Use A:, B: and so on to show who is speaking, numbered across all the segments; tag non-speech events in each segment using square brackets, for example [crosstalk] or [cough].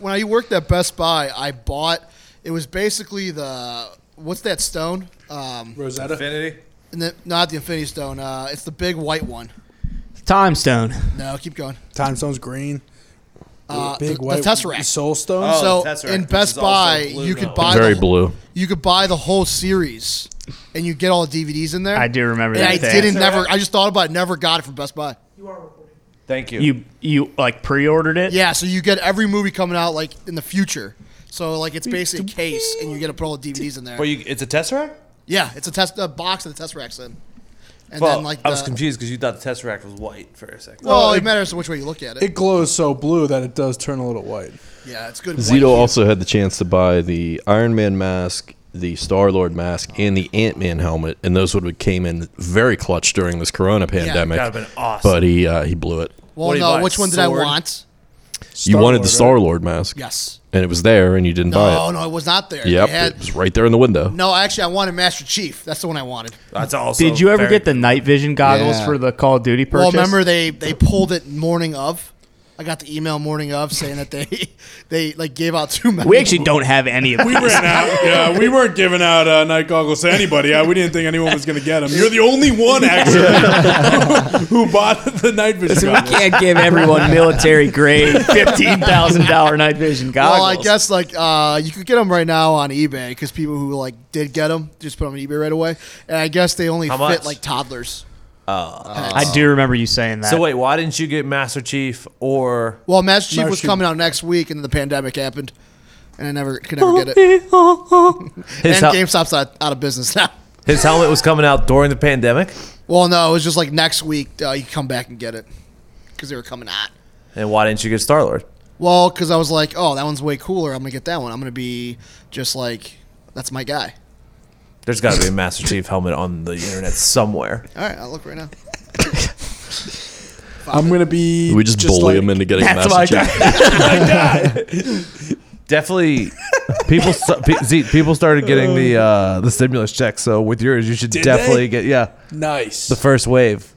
A: When I worked at Best Buy, I bought. It was basically the what's that stone? Um,
B: Rosetta.
C: Infinity.
A: and the, not the Infinity Stone. Uh, it's the big white one.
D: Time Stone.
A: No, keep going.
B: Time Stone's green.
A: Uh,
B: Big
A: the,
B: white
A: the Tesseract.
B: Soul Stone.
C: Oh,
A: so
C: the Tesseract,
A: in
C: which
A: Best
C: is also
A: Buy,
C: blue
A: you
C: now.
A: could buy
E: Very
A: the,
E: blue.
A: You could buy the whole series, and you get all the DVDs in there.
D: I do remember
A: And
D: that
A: I
D: thing.
A: didn't never. I just thought about it. Never got it from Best Buy.
C: Thank you.
D: You you like pre-ordered it?
A: Yeah, so you get every movie coming out like in the future. So like it's basically a case, and you get to put all the DVDs in there.
C: Well, you, it's a Tesseract?
A: Yeah, it's a test a box that the Tesseract's in. And
C: Well,
A: then like
C: I was
A: the-
C: confused because you thought the Tesseract was white for a second.
A: Well, it matters which way you look at it.
B: It glows so blue that it does turn a little white.
A: yeah, it's good.
E: Zito
A: white.
E: also had the chance to buy the Iron Man mask, the Star Lord mask, and the Ant Man helmet, and those would have came in very clutch during this Corona pandemic.
C: That would've been awesome.
E: But he uh, he blew it.
A: Well,
C: what do you
A: no,
C: buy,
A: which one did I
C: sword?
A: want?
E: you wanted the Star Lord
B: Star-Lord,
E: mask,
A: Yes.
E: and it was there, and you didn't
A: No,
E: buy it.
A: no, it was not there. They
E: Yep,
A: had-
E: it was right there in the window.
A: no, actually, I wanted Master Chief. That's the one I wanted.
C: That's also.
D: Did you ever
C: very-
D: get the night vision goggles
B: Yeah.
D: for the Call of Duty
A: Well,
D: purchase?
A: remember they they pulled it morning of. I got the email morning of saying that they [laughs] they like gave out too many.
D: we actually don't have any
A: [laughs]
D: of
B: We
D: these.
B: ran out. Yeah, we weren't giving out uh, night goggles to anybody. Uh, we didn't think anyone was going to get them. You're the only one actually
A: [laughs]
B: who, who bought the night vision
D: So we
B: goggles.
D: can't give everyone military
A: [laughs]
D: grade fifteen thousand dollar night vision goggles.
A: Well, I guess like uh, you could get them right now on eBay because people who like did get them just put them on eBay right away. And I guess they only
C: How
A: fit
C: much?
A: like toddlers.
D: I do remember you saying that.
C: So wait, why didn't you get Master Chief or
A: Well, Master Chief was
B: Master Chief.
A: coming out next week, and then the pandemic happened, and I never could [laughs] never get it. And
C: his, hel-
A: GameStop's out, out of business now.
C: [laughs]
A: [laughs]
C: his helmet was coming out during the pandemic?
A: Well, no, it was just like next week uh, you come back and get it because they were coming out.
C: And why didn't you get Star Lord?
A: Well, because I was like, oh, that one's way cooler. I'm gonna get that one. I'm gonna be just like, that's my guy.
C: There's got to be a Master Chief helmet on the internet somewhere.
A: All right, I'll look right
C: [laughs]
A: now.
B: I'm going to be.
E: We just, bully him into getting
D: That's
E: a
D: my
E: mask. check.
C: Definitely, [laughs] people st- pe- Z, people started getting the uh, the stimulus check. So with yours, you should
B: Did
C: definitely
B: they?
C: get yeah
B: Nice.
C: the first wave.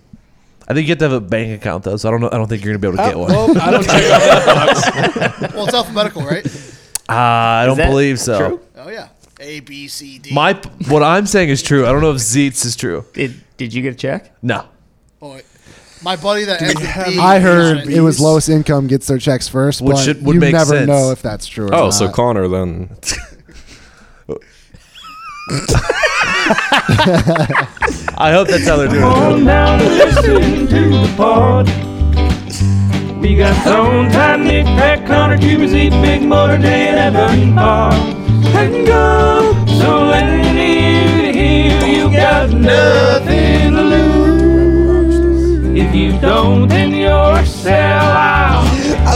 C: I think you have to have a bank account though, so I don't know. I don't think you're gonna be able to
B: Uh,
C: get one.
B: well,
E: [laughs]
B: I don't check out
A: Well, it's alphabetical, right?
C: Uh, I don't
D: that
C: believe so.
D: true?
A: Oh yeah, A B C D.
C: My what I'm saying is true. I don't know if Zeets is true.
D: did, did you get a check?
C: No.
A: Oh, wait. my buddy that ends with B,
F: I
A: he
F: heard
A: was-
F: it was lowest income gets their checks first,
C: Which
F: but
C: should- would
F: you
C: make
F: never
C: sense.
F: know if that's true. Or
E: Oh,
F: not.
E: so Connor then.
C: I hope that's how they're doing it.
G: now listen to the pod. We got Zone Time, Nick, Pat, Connor, Cuba, Z, Big Motor, Dan, Evan, Bob, and go. So let it in here, you got nothing to lose. If you don't, then you're sell out.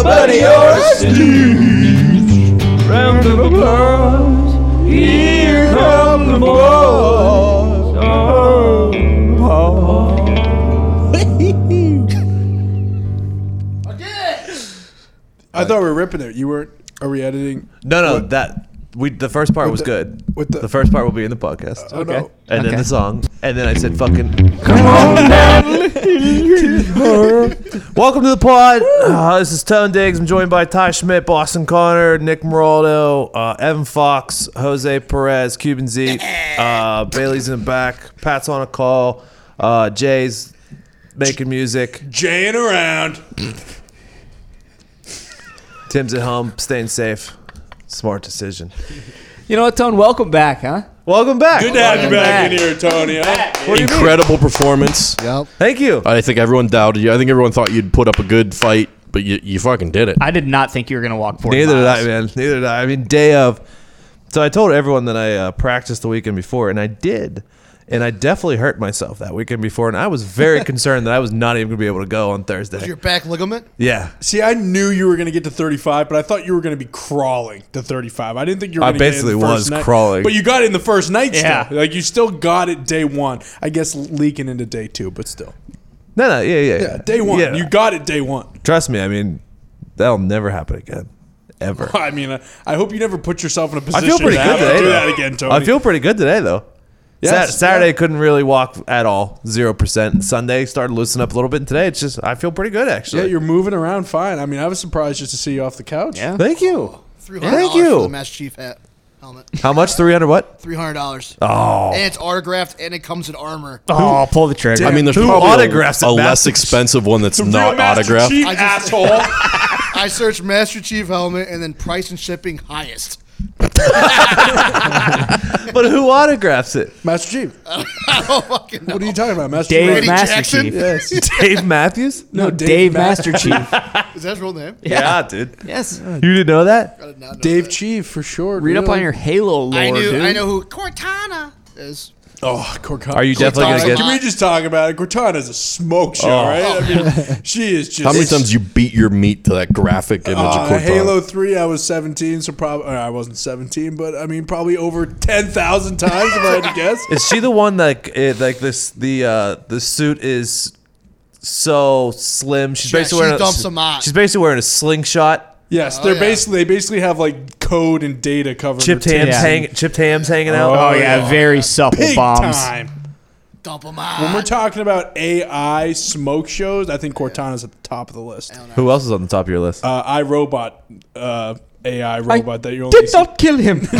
G: But you're a stooge. Round of applause. Here come the boys. Oh, Paul.
B: I thought we were ripping it. You weren't. Are we editing?
C: No, no, that we the first part was
B: the-
C: good.
B: with the-
C: the first part will be in the podcast.
B: Oh, no.
C: And then
D: Okay.
C: the song, and then I said, "Fucking welcome to the pod." Uh, this is Tone Diggs. I'm joined by Ty Schmidt, Boston Connor, Nick Moraldo, uh, Evan Fox, Jose Perez, Cuban Z, uh, Bailey's in the back, Pat's on a call, uh, Jay's making music,
B: Jaying around.
C: Tim's at home, staying safe. Smart decision.
D: You know what, Tone? Welcome back, huh?
C: Welcome back.
B: Good to have you
D: back.
B: back in here, Tony. huh?
E: Incredible performance.
F: Yep.
C: Thank you.
E: I think everyone doubted you. I think everyone thought you'd put up a good fight, but you, you fucking did it.
D: I did not think you were gonna walk forty.
C: Neither did I,
D: miles.
C: man. Neither did I. I mean, day of. So I told everyone that I uh, practiced the weekend before, and I did. And I definitely hurt myself that weekend before, and I was
B: [laughs]
C: very concerned that I was not even going to be able to go on Thursday.
A: your back ligament.
C: Yeah.
B: See, I knew you were going to get to 35, but I thought you were going to be crawling to 35. I didn't think you were.
C: I
B: gonna get it
C: basically
B: in the first
C: was
B: night.
C: crawling.
B: but you got it in the first night.
D: Yeah.
B: still. like you still got it day one. I guess leaking into day two, but still,
C: No, no, yeah, yeah,
B: yeah, day one.
C: Yeah.
B: You got it day one. [laughs]
C: Trust me, I mean, that'll never happen again.
B: [laughs]
C: Ever.
B: uh, I mean, I, I hope you never put yourself in a
C: I
B: position
C: feel pretty
B: to
C: good
B: have to
C: today.
B: do
C: though.
B: that again, Tony.
C: I feel pretty good today, though. Sat
E: Yes.
C: Saturday couldn't really walk at all, zero percent. Sunday started loosening up a little bit. And today, it's just I feel pretty good actually.
B: Yeah, you're moving around fine. I mean, I was surprised just to see you off the couch.
D: Yeah.
C: Thank you.
A: $300
C: Thank
A: for the
C: you.
A: Master Chief hat helmet.
C: How much? Three hundred what?
A: Three hundred dollars,
C: Oh,
A: and it's autographed, and it comes in armor.
D: Oh, pull the trigger.
E: I mean, there's
C: Who
E: probably
C: autographs it,
E: a, a less
C: Master Chief?
E: expensive one that's
B: The real
E: not
B: Master
E: autographed.
B: Chief
A: I just- [laughs]
B: asshole.
A: I searched Master Chief helmet, and then price and shipping highest.
C: but who autographs it?
B: Master Chief.
A: [laughs] Oh fucking no.
B: What are you talking about, Master
D: Dave
A: Randy
B: Chief?
D: Master
A: Jackson?
D: Chief.
B: Yes.
C: Dave Matthews?
B: No,
D: Dave, Master Chief.
A: Is that his real name?
C: Yeah, dude.
D: yes.
C: You didn't know that?
A: I did not know
B: Dave
A: that.
B: Chief for short.
D: Read up
B: really.
D: on your Halo lore,
A: I knew.
D: dude.
A: I know who Cortana is.
B: Oh, Cortana.
C: Are you definitely
A: gonna
C: gonna
A: get-
B: Can we Oh. just talk about it? Cortana's a smoke show, right? I [laughs] mean, she is just.
E: How many times you beat your meat to that graphic image
B: Uh,
E: of Cortana?
B: Halo Three, I was seventeen, so probably I wasn't seventeen, but I mean probably over ten thousand times if I had to guess.
C: Is she the one that it, like this? The uh, the suit is so slim. She's
A: Yeah,
C: basically
A: she
C: wearing
A: dumps
C: a,
A: 'em out.
C: She's basically wearing a slingshot.
B: [laughs] Yes,
A: Oh,
B: they're
A: yeah.
B: basically they basically have like code and data covered.
C: Chipped
B: hand
C: hams
D: Yeah.
C: hang, chipped hams hanging out.
D: Oh, yeah, very supple
B: big
D: bombs.
B: time.
A: Dump 'em
B: When we're
A: out.
B: talking about AI smoke shows, I think Cortana's at the top of the list.
C: Who else is on the top of your list?
B: Uh, I robot uh, AI robot that you're only
D: Did not kill him.
B: But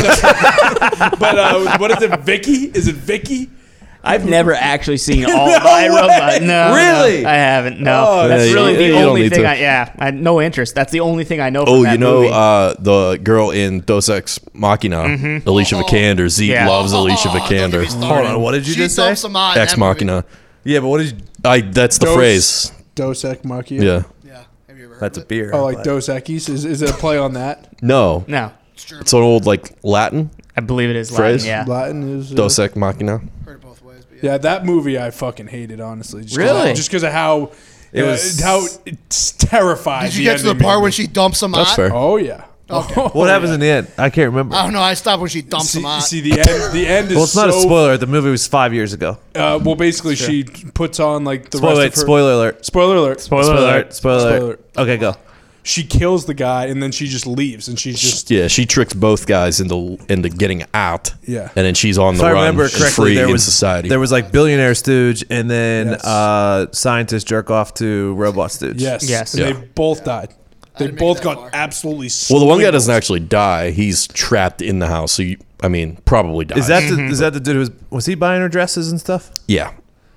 B: uh, what is it, Vicky? Is it Vicky?
E: [laughs]
D: I've never actually seen all my
B: way.
D: robot. No, no,
C: Really?
D: I haven't. No,
B: Oh,
D: that's
E: yeah,
D: really
E: you-
D: the
E: you don't
D: only
E: need
D: thing.
E: to.
D: I yeah, I had no interest. That's the only thing I know.
E: Oh,
D: from that
E: you know
D: movie.
E: uh, the girl in Dos Ex Machina, Alicia Vikander. Zeke
D: Yeah.
E: loves Alicia
A: Oh, don't get me
E: Vikander.
A: started.
C: Hold on, what did you
A: she
C: just say?
A: dumps 'em out in
E: Ex
A: that movie.
E: Machina.
C: Yeah, but what did you?
E: I. That's the
B: Dos-
E: phrase.
B: Dos Ex Machina.
E: Yeah.
A: Yeah. Have you ever heard
C: That's a
A: of it?
C: beer.
B: Oh, like
C: But-
B: Dos Equis? Is, is it a play
A: [laughs]
B: on that?
E: No.
D: no,
A: It's German.
E: It's an old like Latin.
D: I believe it is
E: Phrase?
D: Latin. Yeah,
B: Latin is. uh,
E: Dos Ex Machina.
A: Heard it both ways. But yeah.
B: Yeah, that movie I fucking hated, honestly. Just 'cause-
D: Really?
B: just because of how
C: It
B: it was
C: was-
B: how it's terrified.
A: Did you get to the part when she dumps him
E: That's
A: out?
E: fair.
B: Oh yeah. [laughs]
C: What happens in the end? I can't remember.
A: I don't know. I stopped when she dumps
B: See,
A: him out.
B: see, the end.
C: [laughs]
B: The end is
C: well, it's not
B: so,
C: a spoiler. The movie was five years ago.
B: Uh, well, basically, she puts on like the
C: Spoiler,
B: rest of her.
C: spoiler alert.
B: Spoiler alert.
C: Spoiler alert. Spoiler
B: Spoiler.
C: alert. Okay, go.
B: She kills the guy and then she just leaves and she's just
E: Yeah, she tricks both guys into into getting out.
B: Yeah.
E: and then she's on the
C: If I
E: run,
C: remember
E: she's
C: correctly,
E: free
C: there
E: in
C: was
E: society.
C: there was like billionaire stooge, and then
B: Yes.
C: uh, scientist jerk off to robot stooge.
B: yes,
D: Yes.
B: And
E: Yeah.
B: They both died. They
A: didn't make
B: both
A: it that
B: got
A: far.
B: absolutely.
E: well, the one guy doesn't
B: swindled.
E: actually die; he's trapped in the house. So, you, I mean, probably dies.
C: Is that the, is that the dude who was was he buying her dresses and stuff?
E: yeah?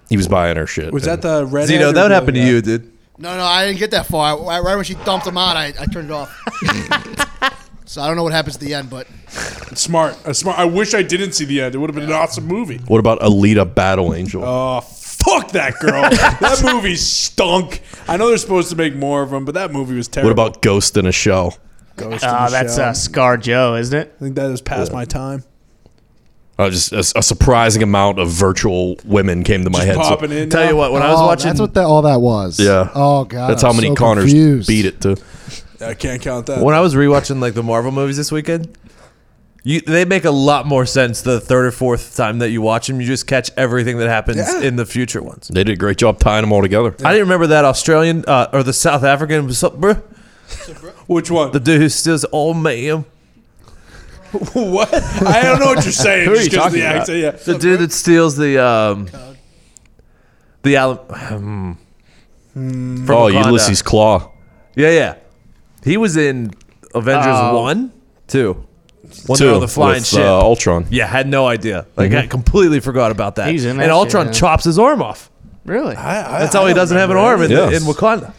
E: He was buying her shit.
B: Was
E: and-
B: that the red?
C: Zito, that would happen to you, dude.
A: No, no, I didn't get that far. I, right when she dumped him out, I, I turned it off. so I don't know what happens at the end, but
B: Smart, uh, smart. I wish I didn't see the end. It would have been an awesome movie.
E: What about Alita Battle Angel?
B: Oh, fuck that girl. that movie stunk. I know they're supposed to make more of them, but that movie was
E: what
B: terrible.
E: about Ghost in a Shell?
B: Ghost in
D: Ah,
B: the
D: that's
B: Shell?
D: uh, Scar Joe, isn't it?
B: I think that is past my time.
E: Uh, just a, a surprising amount of virtual women came to my
B: Just
E: head. so-
B: popping in.
C: Tell you
B: now.
C: what, when I was
F: Oh,
C: watching,
F: That's what that, all that was.
E: Yeah.
F: Oh god.
E: that's
F: I'm
E: how many
F: so
E: Connors
F: confused.
E: beat it to.
B: I can't count that.
C: when I was rewatching like the Marvel movies this weekend. You, they make a lot more sense the third or fourth time that you watch them. You just catch everything that happens
B: Yeah.
C: in the future ones.
E: They did a great job tying them all together.
C: I didn't remember that Australian uh, or the South African was up, bruh.
B: Which one?
C: The dude who steals all ma'am.
B: [laughs] what? I don't know what you're
D: [laughs]
B: saying.
D: Who are
B: just
D: you
B: 'cause of
D: talking
B: the
D: about?
B: accent. Yeah.
C: The dude that steals the um the Alam hmm. from
E: oh,
C: Wakanda.
E: Ulysses Claw.
C: [sighs] Yeah, yeah. He was in Avengers
D: Oh.
C: one, two. When
E: Two,
C: they're on the flying
E: with,
C: ship.
E: Uh, Ultron.
C: yeah, had no idea. Like I completely forgot about that.
D: He's in that
C: and
D: shit,
C: Ultron
D: yeah.
C: chops his arm off.
D: Really?
C: That's how he doesn't have an arm in,
E: Yes.
C: in Wakanda.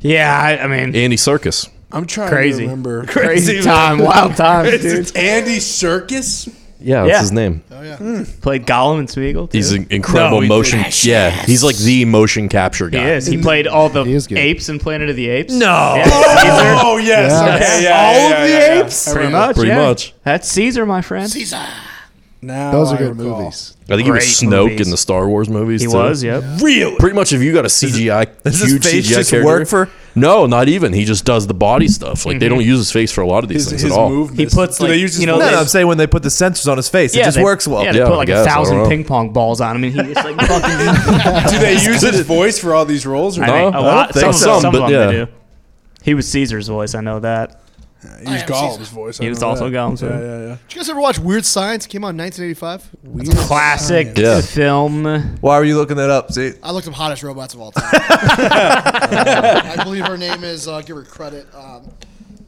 D: yeah, I, I mean,
E: Andy Circus.
B: I'm trying
D: Crazy.
B: to
D: [laughs]
B: remember.
D: crazy,
C: Crazy,
D: time, wild
E: [laughs]
D: time, dude.
B: It's Andy Circus.
E: Yeah, that's
D: Yeah.
E: his name.
D: Played Gollum and Smeagol. Too.
E: He's an incredible
C: No, he-
E: motion. Yeah, he's like the motion capture
D: he
E: guy.
D: is. He played all the
F: He is good.
D: apes in Planet of the Apes.
C: No.
D: [laughs] Yeah,
E: [laughs]
D: Caesar.
B: Oh yes.
F: Yeah.
B: Okay. Yeah.
D: All
B: yeah,
D: of
B: yeah,
D: the
B: yeah, yeah.
D: apes?
B: I
D: Pretty
B: remember.
D: much.
E: Pretty
D: yeah.
E: much.
D: That's Caesar, my friend.
A: Caesar.
B: Now
F: Those are
B: I
F: good
B: recall.
F: movies.
E: I think he was
D: Great
E: Snoke
D: movies.
E: in the Star Wars movies.
D: He
E: too.
D: was, yep.
B: Really?
E: Pretty much, if you got a CGI,
C: does [laughs] his
E: huge
C: face
E: CGI
C: just
E: character-
C: work for- Mm-hmm.
E: No, not even. He just does the body stuff. Like they don't use his face for a lot of these
B: His,
E: things
B: his
E: at all.
B: movements.
D: He puts,
B: Do they
D: like,
B: use his
D: you know,
C: No,
B: voice?
C: no, I'm saying when they put the sensors on his face, it just
D: they-
C: works well.
D: Yeah, they
E: Yeah,
D: put like
E: I guess,
D: a
E: I don't
D: thousand
E: know.
D: ping pong balls on him, and he
E: [laughs]
D: just like fucking.
B: [laughs] Do they use his voice for all these roles? Or
D: I
B: not?
D: think
E: I
D: a
E: don't
D: lot.
E: think
D: Some,
E: so.
D: some, some
E: Some,
D: of
E: but
D: them they
E: yeah.
D: do. He was Caesar's voice. I know that.
B: He was
A: am
B: Gollum's
A: Caesar.
B: voice. I
D: He was
B: remember
D: also
B: that.
D: Gollum, so-
B: Yeah, yeah, yeah.
A: Did you guys ever watch Weird Science? It came out in 1985.
D: Classic
E: Yeah.
D: film.
C: Why were you looking that up? See,
A: I looked up hottest robots of all time. I believe her name is. Uh, give her credit. Um,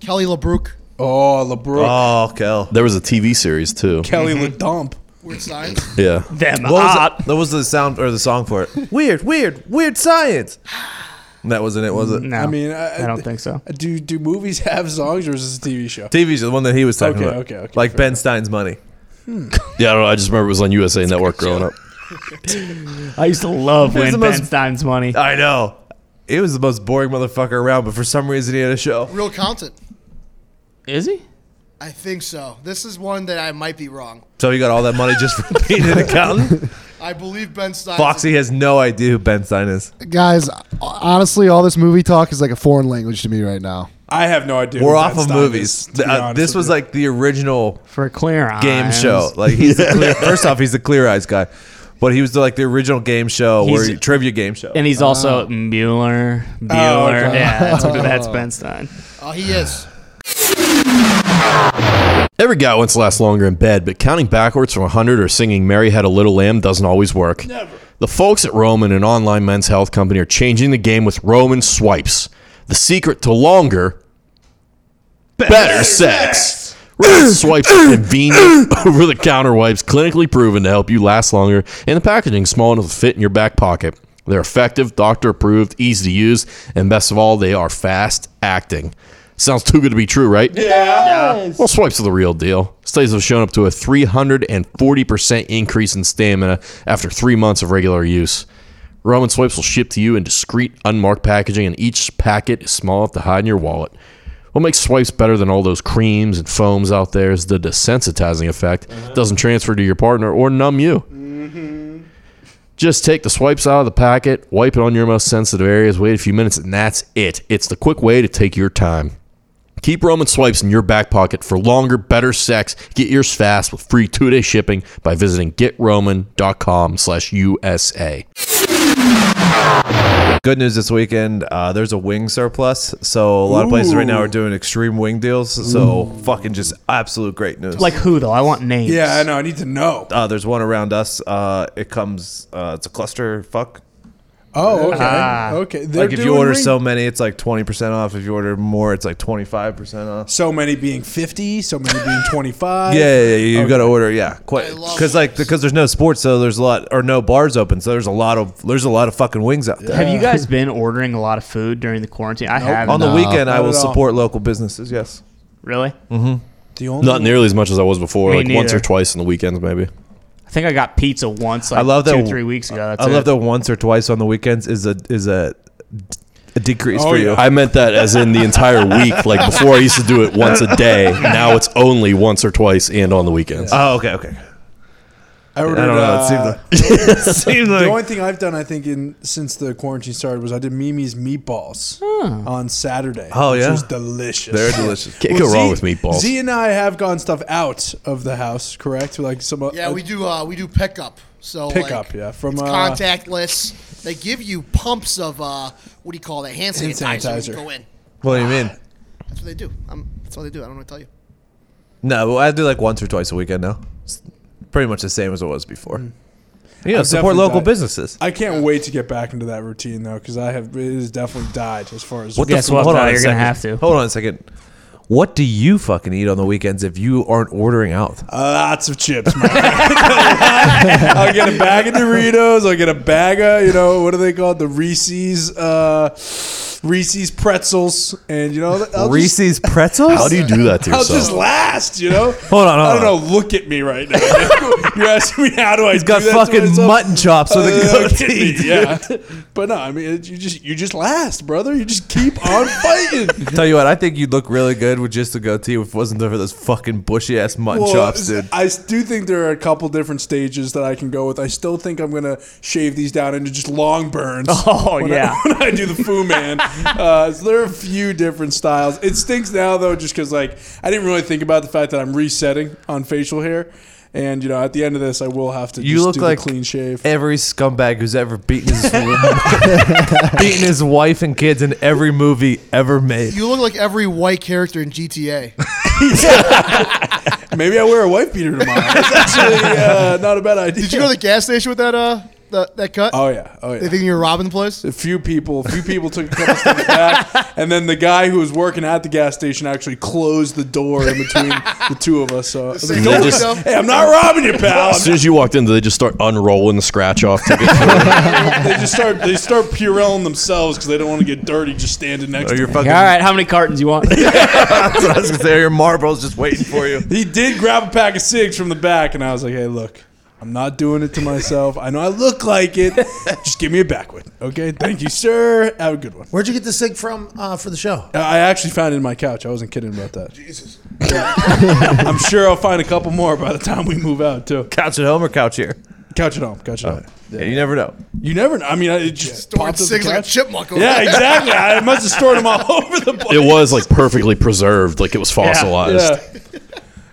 A: Kelly LeBrook.
B: Oh, LeBrook.
C: oh, Kel.
E: There was a TV series too.
B: Kelly
D: Mm-hmm.
B: LeDump.
A: Weird Science.
E: Yeah.
D: Them
C: What was,
D: hot.
C: that? what was the sound or the song for it? Weird, weird, weird science. That wasn't it, was it?
D: No,
B: I mean, I,
D: I don't think so.
B: Do do movies [laughs] have songs or is this a TV show?
C: TV's the one that he was talking
B: Okay,
C: about.
B: okay, okay,
C: Like
B: fair
C: Ben Stein's money.
E: Yeah, I don't know. I just remember it was on USA Network growing up.
D: I used to love when
C: Here's the
D: Ben
C: most-
D: Stein's money.
C: I know. It was the most boring motherfucker around, but for some reason he had a show.
A: Real content.
D: Is he?
A: I think so. This is one that I might be wrong.
C: So he got all that money just for [laughs] being an accountant.
A: I believe Ben Stein.
C: Foxy has no idea who Ben Stein is.
F: Guys, honestly, all this movie talk is like a foreign language to me right now.
B: I have no idea.
C: We're
B: who
C: off
B: Ben
C: of
B: Stein
C: movies.
B: is, to be
C: Uh,
B: honest
C: this
B: with
C: was
B: you.
C: like the original
D: For clear eyes.
C: game show. Like he's
B: [laughs]
C: the clear, first off, he's the clear eyes guy, but he was the, like the original game show where
D: He's-
C: he- trivia game show.
D: And he's also Mueller. Bueller.
B: okay.
D: Yeah, that's, that's Ben Stein.
A: Oh, he is.
E: Every guy wants to last longer in bed, but counting backwards from 100 or singing Mary Had a Little Lamb doesn't always work. Never. The folks at Roman, an online men's health company, are changing the game with Roman swipes. The secret to longer, better, sex. [coughs] Roman swipes are convenient [coughs] over the counter wipes, clinically proven to help you last longer, and the packaging small enough to fit in your back pocket. They're effective, doctor approved, easy to use, and best of all, they are fast acting. Sounds too good to be true, right? Well, swipes are the real deal. Studies have shown up to a 340% increase in stamina after three months of regular use. Roman swipes will ship to you in discreet, unmarked packaging, and each packet is small enough to hide in your wallet. What makes swipes better than all those creams and foams out there is the desensitizing effect. It doesn't transfer to your partner or numb you. Just take the swipes out of the packet, wipe it on your most sensitive areas, wait a few minutes, and that's it. It's the quick way to take your time. Keep Roman swipes in your back pocket for longer, better sex. Get yours fast with free two-day shipping by visiting getroman.com slash USA.
C: Good news this weekend. Uh, there's a wing surplus, so a lot of places right now are doing extreme wing deals. So fucking just absolute great news.
D: Like who though? I want names.
B: Yeah, I know. I need to know.
C: uh, there's one around us. Uh, it comes. Uh, it's a cluster fuck.
B: Oh,
D: Ah.
B: okay. okay. They're
C: like if you
B: doing
C: order
B: ring-
C: so many, it's like twenty percent off. If you order more, it's like twenty five percent off.
B: so many being 50, so many
C: [laughs]
B: being 25.
C: Yeah, yeah, yeah you got to order. Yeah, quite
A: love
C: because like because there's no sports, so there's a lot or no bars open, so there's a lot of there's a lot of fucking wings out there.
D: Have you guys been ordering a lot of food during the quarantine? I have
C: On the
D: not.
C: weekend, I
B: Not
C: will
B: at all.
C: support local businesses. Yes,
D: Uh, Really?
B: The only
E: Not nearly as much as I was before,
D: Me
E: like once
D: neither.
E: or twice on the weekends maybe.
D: I think I got pizza once. Like
C: I love
D: two,
C: that-
D: three weeks ago. That's
C: I love
D: it.
C: that once or twice on the weekends is a is a, a decrease
B: Oh,
C: for
B: yeah.
C: you.
E: I meant that as in the
B: [laughs]
E: entire week. Like before I used to do it once a day. Now it's only once or twice and on the weekends.
B: Uh,
C: Oh, okay, okay.
B: I, ordered,
C: I don't know.
B: uh,
C: it seemed like, [laughs] it seemed
B: the
C: like
B: only thing I've done, I think, in since the quarantine started was I did Mimi's meatballs on Saturday.
C: Oh,
B: which
C: yeah?
B: was delicious.
C: they're delicious.
E: Can't go wrong with meatballs.
B: Z and I have gotten stuff out of the house, correct? Like some uh,
A: Yeah, we do. Uh, we do pickup. So
B: Pickup,
A: like,
B: yeah, from,
A: it's
B: uh,
A: contactless. They give you pumps of uh, what do you call that? Hand
B: Hand
A: sanitizer. when you
B: sanitizer.
A: go in.
C: What do you mean?
A: That's what they do. i that's what they do. I don't know what to tell you.
C: No, well, I do like once or twice a weekend now. It's pretty much the same as it was before. Yeah,
B: I've
C: support
B: definitely
C: local
B: died.
C: businesses.
B: I can't wait to get back into that routine though, because I have it has definitely died as far as
D: Guess
C: f-
D: what,
C: hold
D: pal?
C: on a
D: You're gonna
C: second.
D: have to.
C: Hold on a second. What do you fucking eat on the weekends if you aren't ordering out?
B: lots of chips. Man. [laughs] I'll get a bag of Doritos. I'll get a bag of you know what are they called? The Reese's uh, Reese's pretzels, and you know I'll just,
C: Reese's pretzels?
E: How do you do that to
B: I'll just
E: yourself?
B: last. You know.
C: [laughs] Hold on, hold
B: I don't
C: on.
B: know. Look at me right now. [laughs] You're asking me how do I?
C: He's got
B: do that to
C: fucking
B: myself?
C: mutton chops with
B: Uh,
C: a
B: look at me,
C: goatee.
B: [laughs] yeah, but no, I mean it, you just you just last, brother. You just keep
C: [laughs]
B: on fighting.
C: Tell you what, I think you'd look really good with just a goatee if it wasn't there for those fucking bushy ass mutton
B: Well,
C: chops, dude.
B: I s- do think there are a couple different stages that I can go with.
C: [laughs]
B: I still think I'm gonna shave these down into just long burns.
D: Oh,
B: [laughs] when
D: yeah.
B: I, when I do the Fu Man, Uh, so there are a few different styles. It stinks now though, just because like I didn't really think about the fact that I'm resetting on facial hair, and you know at the end of this I will have to.
C: You
B: just
C: look
B: do
C: like
B: the clean shave.
C: Every scumbag who's ever beaten his [laughs] beaten his wife and kids in every movie ever made.
A: You look like every white character in GTA.
B: Maybe I wear a white beater tomorrow. That's actually uh, not a bad idea.
A: Did you go to the gas station with that uh that, that cut?
B: Oh yeah, oh yeah.
A: They think you're robbing the place.
B: a few people, a few people took a couple steps back, and then the guy who was working at the gas station actually closed the door in between the two of us. So I was like,
A: Same
B: "Don't
E: window.
B: worry, hey, I'm not robbing you, pal.
E: As soon as you walked in, they just start unrolling the scratch
B: [laughs]
E: off ticket.
B: they just start they start pureeing themselves because they don't want to get dirty just standing next
C: Or
B: to
C: your
B: you.
C: fucking
D: All right, how many cartons you
C: [laughs]
D: want?
C: That's what I was gonna say. Your marbles just waiting for you.
B: He did grab a pack of cigs from the back, and I was like, "Hey, look." I'm not doing it to myself. I know I look like it. Just give me a back one. Okay. Thank you, sir. Have a good one.
H: Where'd you get the sig from uh, for the show?
B: I actually found it in my couch. I wasn't kidding about that. Jesus. [laughs] I'm sure I'll find a couple more by the time we move out, too.
C: Couch at home or couch here?
B: Couch at home. Couch at home.
C: Yeah, you never know.
B: You never know. I mean, it just
A: Storing
B: popped up the
A: six like a
B: couch.
A: chipmunk. over
B: Yeah,
A: there.
B: exactly. I must have stored them all [laughs] over the place.
E: it was like perfectly preserved, like it was fossilized.
B: Yeah.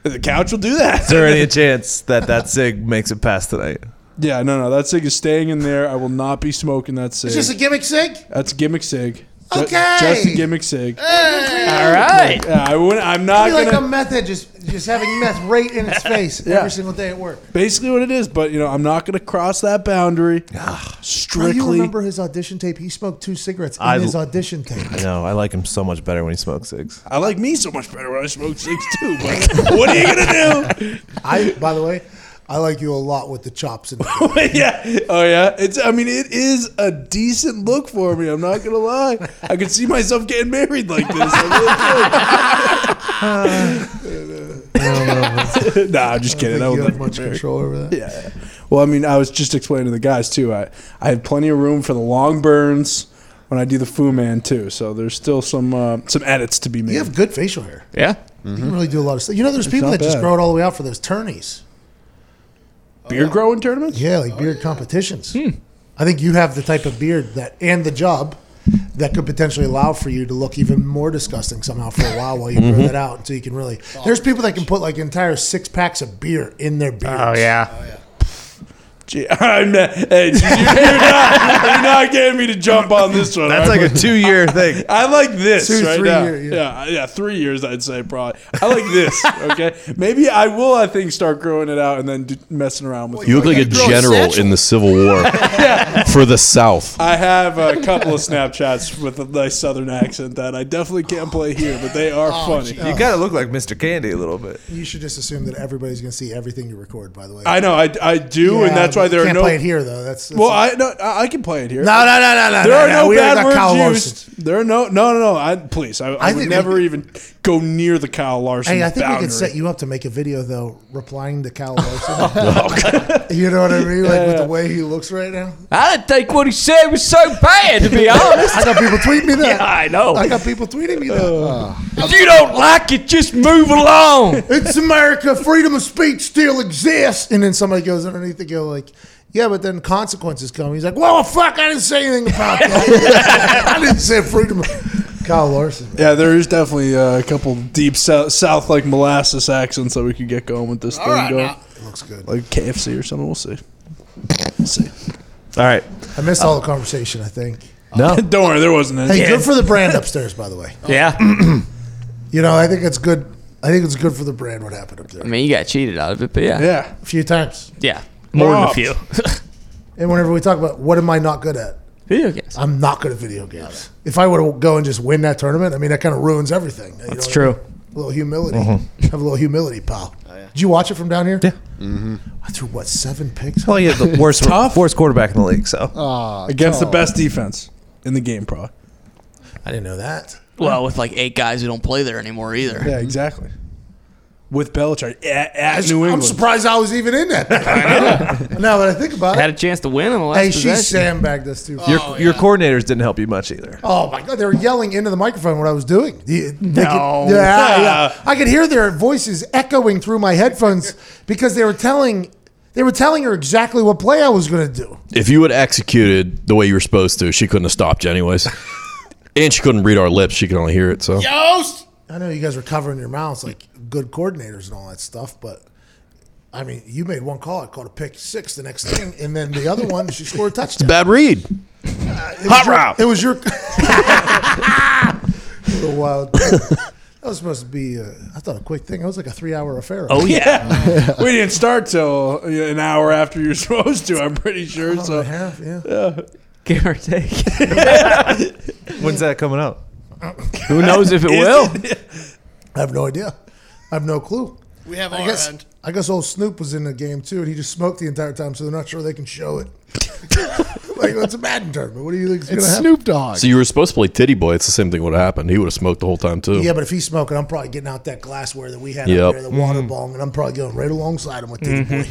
B: The couch will do that. [laughs]
C: Is there any chance that that sig makes it past tonight?
B: Yeah, no, no. That cig is staying in there. I will not be smoking that cig.
H: It's just a gimmick sig.
B: That's a gimmick cig. Ju-
H: Okay.
B: Just a gimmick cig.
D: All right.
B: Yeah, I wouldn't, I'm not
H: Be
B: going
H: like
B: to.
H: a meth head, just just having meth right in [laughs] its face
B: Yeah.
H: every single day at work.
B: basically what it is, but, you know, I'm not going to cross that boundary.
H: Do you
B: Strictly.
H: remember his audition tape? He smoked two cigarettes in
C: I-
H: his audition tape.
C: I know. I like him so much better when he smokes cigs.
B: I like me so much better when I smoke cigs, too. But what are you going to do?
H: [laughs] I, by the way, I like you a lot with the chops. And
B: [laughs] yeah. Oh yeah. It's. I mean, it is a decent look for me. I'm not gonna lie. I could see myself getting married like this. I really could. [laughs] nah, I'm just kidding. I
H: you
B: would
H: have
B: never
H: much
B: get married.
H: control over that.
B: Yeah. Well, I mean, I was just explaining to the guys too. I I had plenty of room for the long burns when I do the Fu Man too. So there's still some uh, some edits to be made.
H: You have good facial hair.
D: Yeah.
H: You can really do a lot of stuff. You know, there's people
B: not
H: that just
B: bad.
H: grow it all the way out for those tourneys.
B: beard growing tournaments.
H: Oh, Yeah, Hmm. like beard competitions. I think you have the type of beard that and the job that could potentially allow for you to look even more disgusting somehow for a while while you grow that out until you can really. There's people that can put like entire six packs of beer in their beard.
D: Oh yeah.
B: Gee, [laughs] I'm not, hey, [laughs] you're, not, you're not getting me to jump on this one.
C: That's
B: all right,
C: like a two-year thing.
B: I like this
H: Two,
B: right
H: three
B: now.
H: year-
B: yeah. yeah, three years I'd say probably. I like
H: [laughs]
B: this. Okay, maybe I will. I think start growing it out and then do, messing around with.
E: You
B: it.
E: look like a
A: Throw a
E: general
A: satchel.
E: in the Civil War
B: [laughs]
E: [laughs] for the South.
B: I have a couple of Snapchats with a nice Southern accent that I definitely can't play here, but they are
H: Oh,
B: funny.
C: You gotta look like Mr. Candy a little bit.
H: You should just assume that everybody's going to see everything you record. By the way,
B: I know I, I do,
H: Yeah,
B: and that's why
H: but
B: there
H: you
B: are
H: can't
B: no.
H: play it here though. That's, that's
B: Well, I no, I I can play it here.
H: no, no, no, no, no.
B: There are no
H: we already
B: bad
H: got Kyle
B: words
H: Larson.
B: used. There are no no no no. I, please, I, I,
H: I
B: would
H: think
B: never
H: we-
B: even go near the Kyle Larson.
H: Hey, I think we
B: boundary.
H: could set you up to make a video though, replying
D: [laughs]
H: to Cal Larson.
D: Oh,
H: [laughs] you know what I mean? Like with the way he looks right now.
D: I didn't think what he said was so bad, to be honest.
H: I got people tweeting me that.
D: Yeah, I know. Uh.
H: I got people tweeting me that.
D: If you don't like it, just move along.
H: it's America. Freedom of speech still exists. And then somebody goes underneath the go like, yeah, but then consequences come. He's like, well, fuck, I didn't say [laughs] anything about that. I didn't say freedom. of-" [laughs] Kyle Larson. man.
B: Yeah, there is definitely uh, a couple deep south, south like molasses accents that we could get going with this thing
A: right,
B: going.
A: now.
H: Looks good.
B: Like KFC or something. We'll see. We'll see.
C: All right.
H: I missed all the conversation, I think.
C: No. [laughs]
B: Don't worry, there wasn't any.
H: Hey, good for the brand upstairs, by the way.
D: Yeah.
H: You know, I think it's good. I think it's good for the brand what happened up
D: [clears throat]
H: there.
D: I mean, you got cheated out of it, but yeah.
B: Yeah.
H: A few times.
D: Yeah. More than a
B: Robbed.
D: few. [laughs]
H: And whenever we talk about what am I not good at,
D: Video games.
H: I'm not good at video games. If I were to go and just win that tournament, I mean, that kind of ruins everything. You know
D: That's
H: what I
D: true.
H: mean? A little humility. Have a little humility, pal.
A: Oh,
H: Did you watch it from down here? Yeah. Mm-hmm. I threw what seven picks?
C: Well, yeah, the worst, worst quarterback in the league. So
B: Against the best defense in the game, probably.
H: I didn't know that.
D: Well, with like eight guys who don't play there anymore either.
B: Yeah, exactly. With Belichick at, at New
H: I'm
B: England.
H: surprised I was even
A: [laughs]
H: in that. [laughs] now that I think about
D: Had
H: it,
D: a chance to win in the last
H: hey, she
D: possession.
H: sandbagged us too.
C: your your coordinators didn't help you much either.
H: Oh my god, they were yelling into the microphone what I was doing. The- they
D: No.
H: could- yeah, yeah. I could hear their voices echoing through my headphones because they were telling they were telling her exactly what play I was going to do.
B: [laughs]
E: If you had executed the way you were supposed to, she couldn't have stopped you, anyways. And she couldn't read our lips; she could only hear it. So
A: Yost!
H: I know you guys were covering your mouths like good coordinators and all that stuff, but I mean, you made one call. I called a pick six the next thing, and then the other one, she scored a touchdown.
E: bad
C: Uh,
E: read.
H: It was
E: Hot
H: your-
E: route.
H: It was your. what a wild. That was supposed to be, uh, I thought, a quick thing. It was like a three hour affair.
D: Oh yeah.
B: we didn't start till uh, an hour after you're [laughs] supposed to. I'm pretty sure.
H: Hour and a
B: so
H: half, yeah.
D: [laughs] Give or take. [laughs]
C: When's that coming out?
D: Who knows if it will?
H: I have no idea. I have no clue.
A: We have
H: I
A: our
H: guess,
A: end.
H: I guess old Snoop was in the game too, and he just smoked the entire time, so they're not sure they can show it. [laughs] like, it's a Madden tournament. What do you think is going to
F: It's
H: happen?
F: Snoop Dogg.
E: So you were supposed to play Titty Boy. It's the same thing would have happened. He would have smoked the whole time too.
H: Yeah, but if he's smoking, I'm probably getting out that glassware that we had
E: Yep.
H: up there, the water bong, and I'm probably going right alongside him with this boy.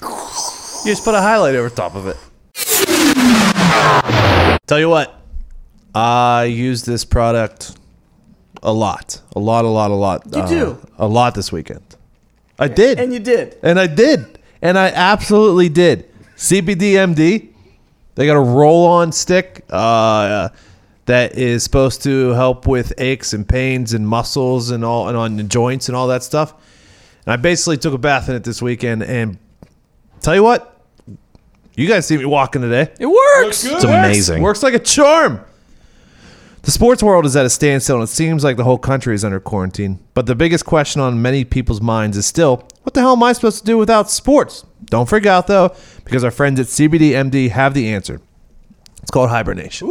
C: You just put a highlight over top of it. Tell you what, I use this product a lot, a lot, a lot, a lot. You
D: do?
C: a lot this weekend. I did,
D: And you did.
C: and I did, and I absolutely did. CBDMD, they got a roll-on stick uh, that is supposed to help with aches and pains and muscles and all and on the joints and all that stuff. And I basically took a bath in it this weekend, and tell you what, you guys see me walking today.
D: It works.
E: It's amazing.
C: Works like a charm. The sports world is at a standstill, and it seems like the whole country is under quarantine. But the biggest question on many people's minds is still, what the hell am I supposed to do without sports? Don't freak out though, because our friends at CBDMD have the answer. It's called hibernation.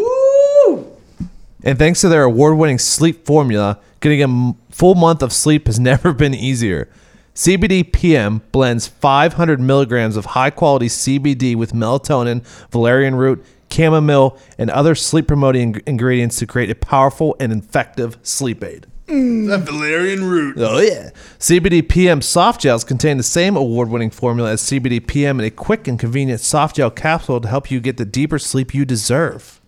C: And thanks to their award winning sleep formula, getting a m- full month of sleep has [laughs] never been easier. CBD PM blends 500 milligrams of high quality CBD with melatonin, valerian root, chamomile, and other sleep promoting ing- ingredients to create a powerful and effective sleep aid.
B: Mm. Valerian root.
C: Oh yeah. CBD PM soft gels contain the same award-winning formula as CBD PM in a quick and convenient soft gel capsule to help you get the deeper sleep you deserve.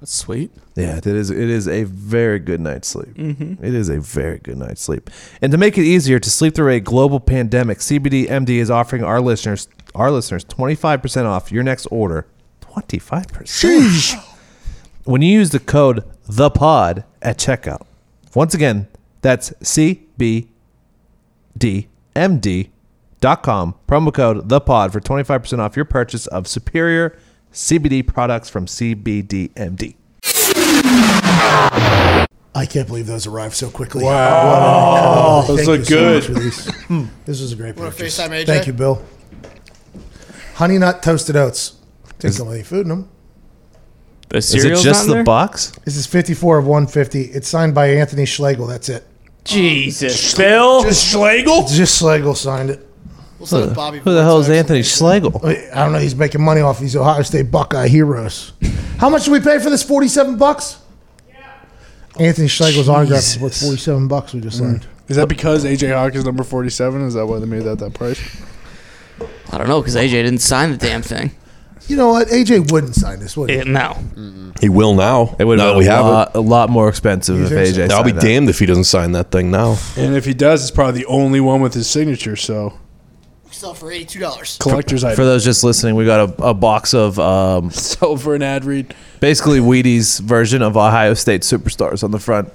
D: That's sweet.
C: Yeah, it is. It is a very good night's sleep. It is a very good night's sleep. And to make it easier to sleep through a global pandemic, CBD MD is offering our listeners, our listeners, twenty five percent off your next order. Twenty five percent. When you use the code the pod at checkout. Once again, that's CBDMD.com promo code the pod for twenty five percent off your purchase of superior CBD products from CBDMD.
H: I can't believe those arrived so quickly.
B: Wow.
H: Thank
B: Those
H: you
B: look
H: so
B: good.
H: much for these. Hmm. this was a great
A: Wanna
H: purchase.
A: FaceTime AJ?
H: Thank you, Bill. Honey nut toasted oats. Take some of the food in them.
D: The
C: Is it
D: cereal's
C: just
D: not in
C: the
D: there?
C: box?
H: This is 54 of 150. It's signed by Anthony Schlegel. That's it.
D: Jesus, Bill.
B: Just Schlegel.
H: Just Schlegel signed it.
A: We'll send it Bobby
C: Who the hell is
A: Vortex.
C: Anthony Schlegel?
H: I don't know. He's making money off these Ohio State Buckeye heroes. How much did we pay for this? 47 bucks? Anthony Schlegel's autograph is worth 47 bucks we
B: Mm.
H: just signed.
B: Is that because AJ Hawk is number 47? Is that why they made that that price?
I: I don't know because AJ didn't sign the damn thing.
H: You know what? AJ wouldn't sign this, would he?
I: Eh, no,
E: He will now. It would. Now that we have it.
C: a lot more expensive if
H: think
C: AJ.
E: I'll be
C: signed that.
E: damned if he doesn't sign that thing now.
B: And if he does, it's probably the only one with his signature. So
A: Sell for eighty-two dollars.
B: collector's item.
C: For those just listening, we got a, a box of um,
B: so for an ad read,
C: basically Wheaties version of Ohio State superstars on the front.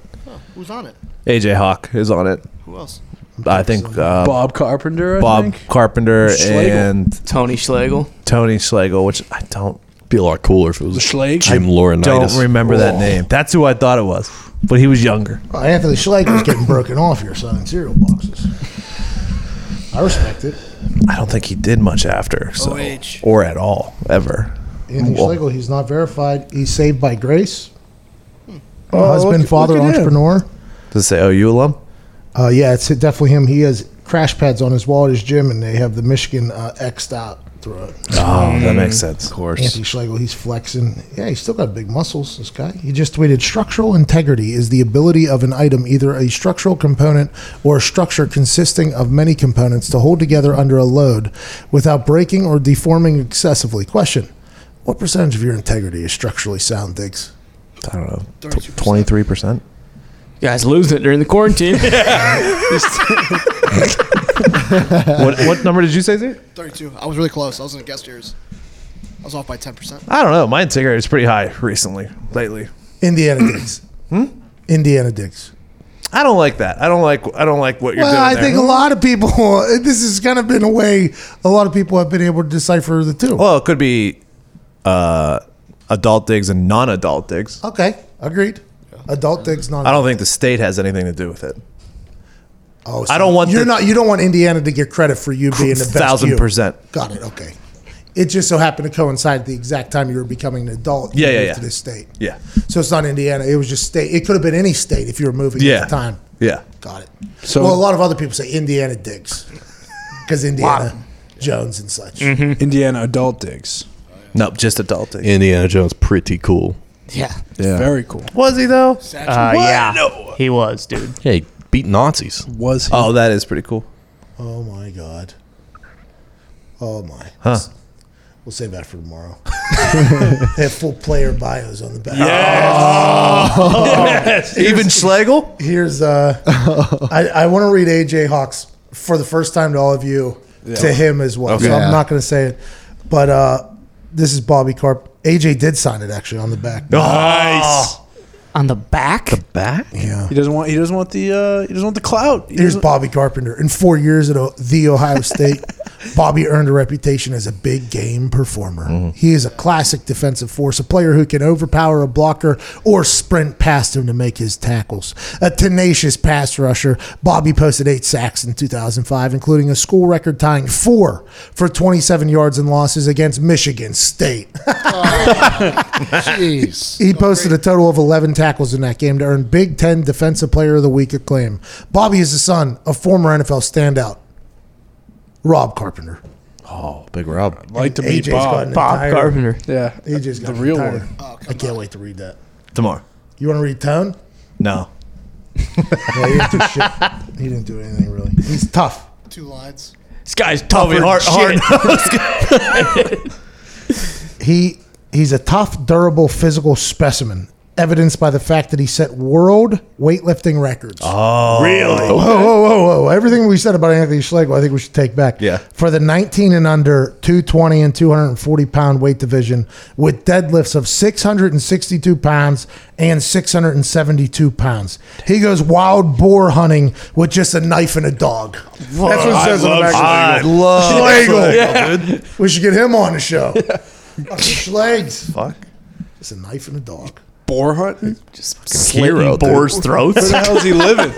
A: Who's on it?
C: AJ Hawk is on it.
A: Who else?
C: I think uh, Bob,
B: Bob Carpenter. I think?
C: Carpenter
B: Schlegel.
C: and
I: Tony Schlegel.
C: Tony Schlegel, which I don't
E: Be a lot cooler if it was
B: The Schlegel.
E: Jim Laurinaitis.
C: don't remember that name. That's who I thought it was, but he was younger.
H: Oh, Anthony Schlegel's getting broken off here signing cereal boxes. I respect it.
C: I don't think he did much after, so,
A: OH.
C: or at all ever.
H: Anthony
C: Well-
H: Schlegel, he's not verified. He's saved by grace.
B: Oh,
H: Husband,
B: look-
H: father,
B: look at him.
H: entrepreneur.
C: Does it say OU alum?
H: Uh, yeah, it's definitely him. He has crash pads on his wall at his gym, and they have the Michigan uh, X'd out through it.
C: Oh, that makes sense. Of course.
H: Anthony Schlegel, he's flexing. Yeah, he's still got big muscles, this guy. He just tweeted Structural integrity is the ability of an item, either a structural component or a structure consisting of many components, to hold together under a load without breaking or deforming excessively. Question What percentage of your integrity is structurally sound, Diggs?
C: I don't know, twenty three percent.
I: You guys losing it during the quarantine.
C: [laughs] What what number did you say? Zeke?
A: Thirty-two. I was really close. I was gonna guess yours. I was off by ten percent.
C: I don't know. My integrity is pretty high recently, lately. [clears throat]
H: Indiana Diggs. hmm? Indiana Diggs.
C: I don't like that. I don't like. I don't like what you're
H: Well,
C: doing.
H: I
C: there.
H: think a lot of people. [laughs] This has kind of been a way a lot of people have been able to decipher the two.
C: Well, it could be uh, adult digs and non-adult digs.
H: Okay, agreed. Adult Diggs, non.
C: I don't think the state has anything to do with it.
H: Oh,
C: I don't want
H: you're
C: the-
H: not. You don't want Indiana to get credit for you being the best.
C: Thousand
H: you.
C: percent.
H: Got it. Okay. It just so happened to coincide the exact time you were becoming an adult. You
C: Yeah, yeah,
H: moved
C: yeah.
H: To this state,
C: Yeah.
H: so it's not Indiana. It was just state. It could have been any state if you were moving
C: Yeah.
H: at the time.
C: Yeah.
H: Got it.
B: [laughs] So-
H: well, a lot of other people say Indiana Diggs because Indiana Jones and such.
C: Mm-hmm.
B: Indiana adult digs.
C: Nope. Just adult digs.
E: Indiana Jones, pretty cool.
I: Yeah.
B: Very cool.
C: Was he though?
D: Uh, yeah, he was, dude.
E: Yeah, he beat Nazis. Uh,
B: Was he?
C: Oh, that is pretty cool.
H: Oh my god. Oh my.
C: Huh.
H: We'll save that for tomorrow. [laughs] they have full player bios on the back.
C: Even Schlegel.
H: Here's uh I, I want to read AJ Hawks for the first time to all of you to him as well. So
F: Yeah.
H: I'm not gonna say it. But uh this is Bobby Carp. AJ did sign it actually on the back.
C: Nice.
I: On the back?
C: Oh. Back.
H: Yeah.
B: He doesn't want. He doesn't want the. Uh, he doesn't want the clout. He
H: Here's
B: doesn't-
H: Bobby Carpenter. In four years at O- the Ohio State, Bobby earned a reputation as a big game performer. He is a classic defensive force, a player who can overpower a blocker or sprint past him to make his tackles. A tenacious pass rusher, Bobby posted eight sacks in 2005, including a school record tying four for 27 yards and losses against Michigan State.
F: Jeez.
H: He posted a total of 11 tackles in that game to earn Big Ten Defensive Player of the Week acclaim. Bobby is the son of former NFL standout Rob Carpenter.
E: Oh, big Rob.
B: I'd like to meet
H: AJ's
B: Bob.
H: gotten
D: Bob
H: entire-
D: Carpenter.
B: Yeah,
H: AJ's
B: the
H: got
B: real
H: entire-
B: one.
H: I can't wait to read that.
C: Tomorrow.
H: You want to read Tone?
C: No.
H: Yeah, he didn't do shit. He didn't do anything really. He's tough.
A: Two lines.
D: This guy's tough
C: Probably hard- [laughs]
D: shit.
H: He he's a tough, durable, physical specimen, evidenced by the fact that he set world weightlifting records.
B: Oh,
C: Oh.
E: Really?
H: Whoa, whoa, whoa, whoa. oh, Everything we said about Anthony Schlegel, I think we should take back.
C: Yeah.
H: For the 19 and under 220 and 240 pound weight division with deadlifts of 662 pounds and 672 pounds. He goes wild boar hunting with just a knife and a dog. That's what it says on the back.
C: I
B: [laughs]
C: love
H: Schlegel.
C: dude.
H: We should get him on the
C: [laughs]
H: show. Fucking Schlegs.
C: Fuck.
H: It's a knife and a dog.
B: Boar hunting.
D: Slitting boars' throats.
B: Where the hell's he living?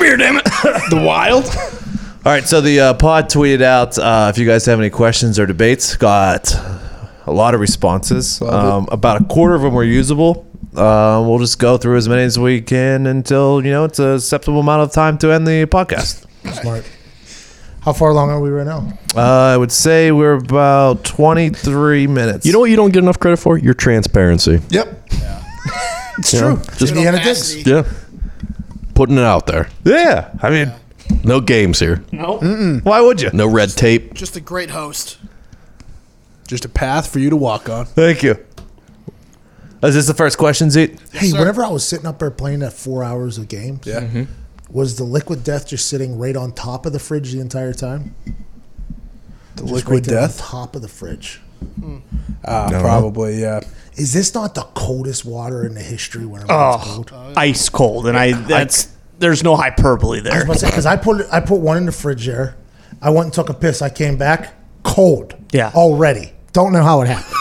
D: Weird, damn it.
B: the wild.
C: All right, so the uh, pod tweeted out uh, if you guys have any questions or debates. Got a lot of responses. Um, about a quarter of them were usable. Uh, we'll just go through as many as we can until you know it's a acceptable amount of time to end the podcast.
H: Smart. How far along are we right now?
C: Uh, I would say we're about twenty three minutes.
E: You know what you don't get enough credit for? Your transparency.
B: Yep.
E: It's true. Just
H: Indiana Diggs.
A: Capacity.
E: yeah. Putting it out there.
C: yeah. I mean,
E: No games here.
C: why would you?
E: No red tape.
A: Just a great host.
B: [laughs] Just a path for you to walk on.
C: Thank you. Is this the first question, Zeke?
H: Hey, whenever I was sitting up there playing that four hours of games,
B: Yeah.
H: was the liquid death just sitting right on top of the fridge the entire time?
B: The
H: Just
B: liquid
H: right there on
B: death.
H: top of the fridge.
B: Uh, Probably. Yeah.
H: Is this not the coldest water in the history when it was cold? I
D: Ice cold, and I. That's there's no hyperbole
H: was
D: there.
H: about to say because I put it- I put one in the fridge there. I went and took a piss. I came back cold.
D: Yeah.
H: already. Don't know how it happens.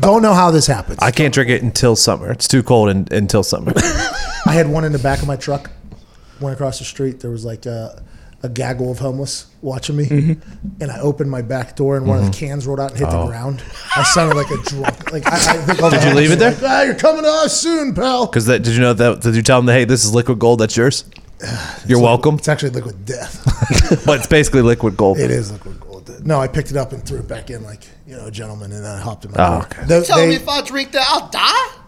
H: Don't know how this happens.
C: I
H: I,
C: can't drink it until summer. It's too cold in, until summer. [laughs]
H: had one in the back of my truck. Went across the street. There was like a, a gaggle of homeless watching me,
C: Mm-hmm.
H: and I opened my back door, and one of the cans rolled out and hit the ground. I sounded like a drunk. Like I, I think all the
C: Oh. Did you
H: homeless
C: leave it
H: were [laughs]
C: there?
H: like, ah, you're coming to us soon, pal.
C: Because that did you know that did you tell them that hey this is liquid gold
H: [sighs]
C: that's yours?
H: [laughs]
C: You're welcome.
H: It's actually liquid death.
C: [laughs] but it's basically liquid gold.
H: It is liquid gold. No, I picked it up and threw it back in like you know a gentleman, and then I hopped in my
C: Oh,
H: car.
C: okay.
H: They-
A: Tell
H: they-
A: me if I drink that, I'll die.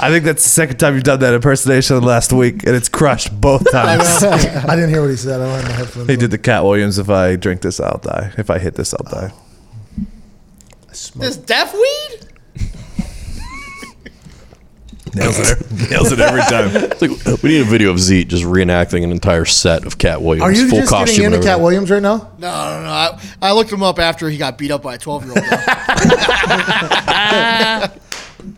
C: I think that's the second time you've done that impersonation last week, and it's crushed both times.
H: [laughs] I didn't hear what he said. I don't have my headphones.
C: he did the Cat Williams. If I drink this, I'll die. If I hit this, I'll die.
A: This deaf weed?
J: Nails it. every- [laughs] Nails it every time.
E: It's like we need a video of Zeke just reenacting an entire set of Cat Williams.
H: Are you
E: full
H: just
E: costume
H: getting into
E: and
H: Cat
E: everything.
H: Williams right now?
A: No, no, no. I, I looked him up after he got beat up by a 12
H: [laughs]
A: year old.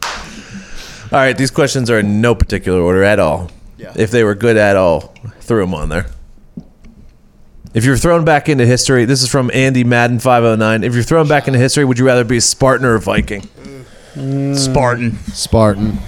C: All right, these questions are in no particular order at all.
A: Yeah.
C: If they were good at all, threw them on there. If you're thrown back into history, this is from Andy Madden 509. If you're thrown back into history, would you rather be a Spartan or a Viking?
D: Spartan.
F: Spartan.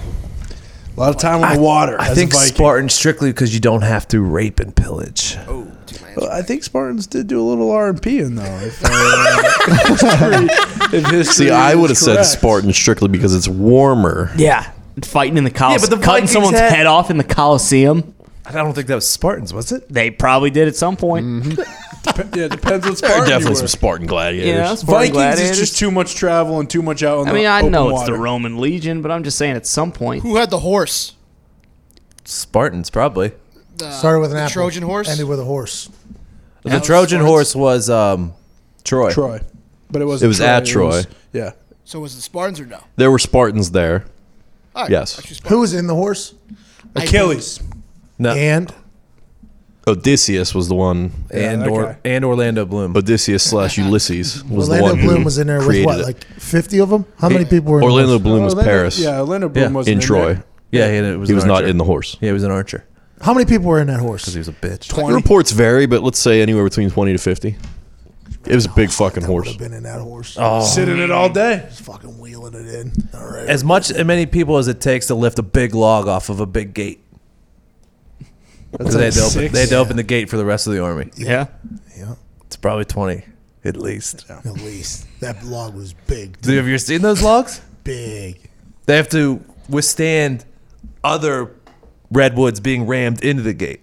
B: A lot of time on the water.
C: I
B: as a
C: think
B: Viking.
C: Spartan strictly because you don't have to rape and pillage.
B: Well, I think Spartans did do a little R and P in though. If, uh, history, if history
E: See, I
B: is
E: would have said
B: correct.
E: Spartan strictly because it's warmer.
D: Yeah. Fighting in the
C: Yeah,
D: Coliseum.
C: but the
D: cutting
C: Vikings
D: someone's
C: had-
D: head off in the Coliseum.
C: I don't think that was Spartans, was it?
D: They probably did at some point.
B: Dep- yeah, it depends what
E: There are
B: Spartan
E: definitely
B: you
E: some
B: were.
E: Spartan gladiators.
D: Yeah, that's Spartan
B: Vikings
D: gladiators.
B: is just too much travel and too much out on
D: I
B: the
D: mean, I
B: open
D: know it's
B: water.
D: the Roman Legion, but I'm just saying at some point.
A: Who had the horse?
C: Spartans, probably.
A: The,
H: Started with an
A: the
H: apple.
A: Trojan horse?
H: Ended with a horse.
C: The Trojan horse was um, Troy.
B: Troy, but it was
E: It was at Troy.
B: yeah,
A: so was the Spartans or no?
E: There were Spartans there.
A: All right,
E: Yes.
A: actually Spartans.
H: Who was in the horse?
A: I think-
B: Achilles.
C: No, and,
H: And
E: Odysseus was the one.
B: that
C: or,
B: guy.
C: and Orlando Bloom.
E: Odysseus slash Ulysses was the
H: Orlando
E: one.
H: Bloom
E: who
H: was in there with
E: created
H: what,
E: it.
H: like fifty of them? How many people were in
E: Orlando
H: The horse?
E: Bloom was
B: Orlando-
E: Paris
B: Yeah, Orlando Bloom
C: Yeah.
B: was
E: in Troy.
C: yeah, he, it was
E: He
C: an
E: was not
C: archer.
E: in the horse.
C: Yeah, he was an archer.
H: How many people were in that horse?
C: He was a bitch.
E: The reports vary, but let's say anywhere between 20 to 50. It was a big fucking horse.
H: Been in Oh, that horse.
E: Oh.
B: Sitting it all day.
H: Just fucking wheeling it in. All right.
C: As much as many people as it takes to lift a big log off of a big gate. That's they had to open.
B: six?
C: They had to open the gate for the rest of the army.
D: Yeah.
H: Yeah.
C: It's probably twenty at least.
H: At least that log was big, dude.
C: Dude, have you seen those logs?
H: Big.
C: They have to withstand other redwoods being rammed into the gate.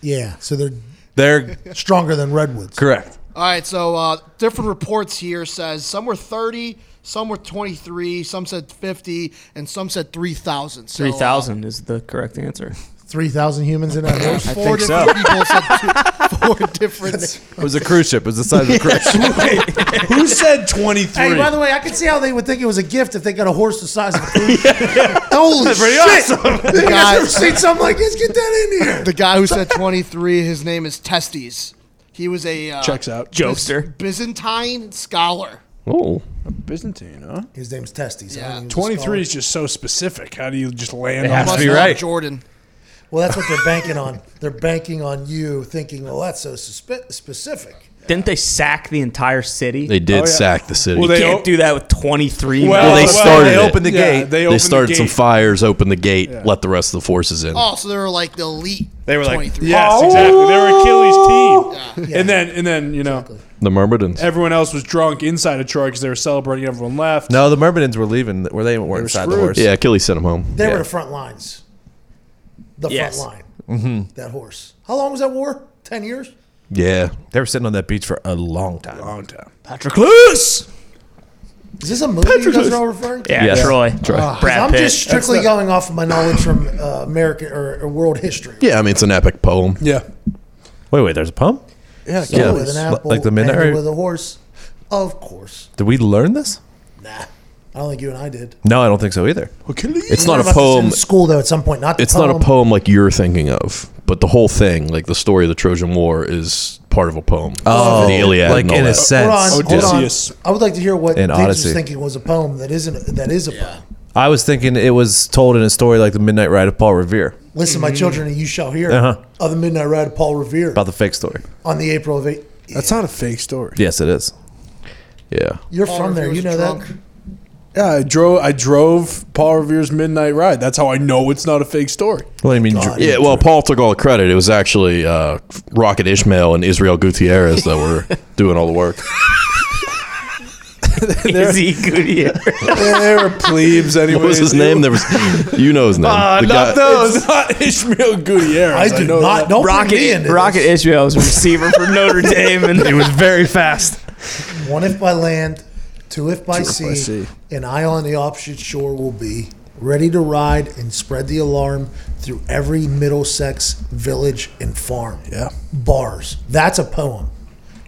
H: Yeah. So they're
C: They're
H: stronger than redwoods.
C: correct.
A: All right, so uh, different reports here says some were 30, some were 23, some said 50, and some said 3,000. So, uh,
D: 3,000 is the correct answer.
H: Three thousand humans in
E: [laughs]
H: that horse.
A: Four different people said two,
H: [laughs]
A: four different.
C: It was a cruise ship. It was the size of a cruise ship.
B: Who said twenty three?
H: Hey, by the way, I can see how they would think it was a gift if they got a horse the size
E: [laughs]
H: of a cruise. Holy shit!
A: The guy,
H: Seen something like this? Get that in here.
A: the guy who said 23, his name is Testes. He was a uh,
B: Checks out.
D: Jokester.
A: Byzantine scholar.
E: Oh.
B: Byzantine, huh?
H: His name's Testes. I
A: Yeah.
H: think he was a
B: Twenty three
H: scholar.
B: is just so specific. How do you just land
C: It
B: on
C: has to
A: Must
C: be
A: love
C: right.
A: Jordan.
H: Well, that's what they're banking on. They're banking on you thinking, well, that's so suspe- specific.
D: Didn't they sack the entire city?
E: They did
H: Oh,
B: yeah.
E: sack the city.
B: Well,
E: they
B: they-
D: can't
B: o-
D: do that with 23.
E: Well, they
B: but-
E: started it.
C: opened the
B: Yeah,
C: gate.
B: They, opened the
E: started some
B: gate.
E: fires, opened the gate, let the rest of the forces in.
A: Oh, so they were like the elite.
J: They were like,
A: 23.
B: Yes, exactly. They were Achilles' team. And then, and then you know,
E: The Myrmidons.
B: everyone else was drunk inside of Troy because they were celebrating. Everyone left.
C: No, the Myrmidons were leaving. Where they weren't inside the
B: screwed.
C: horse.
E: Yeah, Achilles sent him home.
H: They
C: Yeah.
H: were the front lines. The
D: Yes.
H: front line. Mm-hmm. That horse. How long was that war? Ten years?
E: Yeah.
C: They were sitting on that beach for a long time.
B: Long time.
D: Patroclus!
H: Is this a movie you guys are all referring to?
D: Yeah,
E: Yes.
D: Troy.
H: Because
D: Brad
H: Ah, I'm
D: Pitt. [laughs]
H: just strictly going off of my knowledge from uh, American or, or world history.
E: Yeah, I mean, it's an epic poem.
B: Yeah.
C: Wait, wait. There's a pump.
H: Yeah,
E: yeah.
H: with an
C: Like-
H: apple,
C: like the
H: and
C: midnight-
H: with a horse. Of course,
C: Did we learn this?
H: nah. I don't think you and I did.
C: No, I don't think so either.
E: It's not
H: Learned
E: a
H: about this in
E: poem.
H: school though, at some point, not the
E: It's not a poem like you're thinking of, but the whole thing, like the story of the Trojan War, is part of a poem.
C: Oh,
E: the Iliad.
C: like
E: and all
C: in a
E: that.
C: sense.
H: Hold on, hold on.
B: Odysseus.
H: I would like to hear what
C: And
H: Diggs was
C: Odyssey.
H: thinking was a poem that isn't. That is a poem.
C: I was thinking it was told in a story like the Midnight Ride of Paul Revere
H: Listen, my children, and you shall hear
C: Uh-huh.
H: of the midnight ride of Paul Revere
C: about the fake story.
H: on the April of eight.
B: That's not a fake story.
C: Yes, it is.
E: Yeah.
H: You're
A: Paul
H: from there,
A: Revere's
H: you know
A: drunk.
H: that.
B: Yeah, I drove. I drove Paul Revere's Midnight Ride. That's how I know it's not a fake story.
C: What do you mean? dr-
E: Yeah, well, Paul took all the credit. It was actually uh, Rocket Ishmael and Israel Gutierrez that were
B: [laughs]
C: [laughs]
E: doing all the work.
D: Izzy Goodyear.
B: they were
C: [laughs]
B: plebes anyway.
E: What was his name? There was, you know his name. the guy,
B: [laughs] It's not Ishmael Gutierrez.
H: I do
B: know
H: not.
B: that.
H: Don't Rocket, me
D: Rocket,
H: into
D: Rocket
H: this.
D: Israel was a receiver for Notre Dame. And it was very fast.
H: One if by land, two if by, sea,
B: sea.
H: an eye on the opposite shore will be ready to ride and spread the alarm through every Middlesex village and farm.
B: Yeah.
H: bars. That's a poem.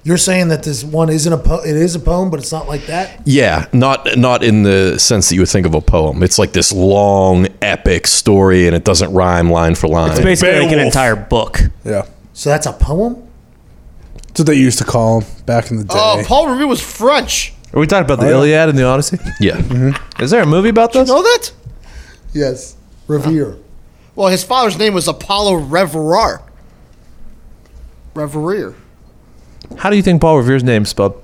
H: You're saying that this one isn't a po- it is a poem, but it's not like that.
E: Yeah, not not in the sense that you would think of a poem. It's like this long epic story, and it doesn't rhyme line for line.
D: It's basically like an
E: Beowulf.
D: entire book.
B: Yeah.
H: So that's a poem.
B: That's what they used to call him back in the day.
A: Oh, Paul Revere was French.
C: Are we talking about the
B: Oh, yeah.
C: Iliad and the Odyssey?
E: Yeah.
C: [laughs] Is there a movie about this?
A: Know that?
H: Yes, Revere.
A: Well, his father's name was Apollo Reverar. Reverer.
C: How do you think Paul Revere's name spelled?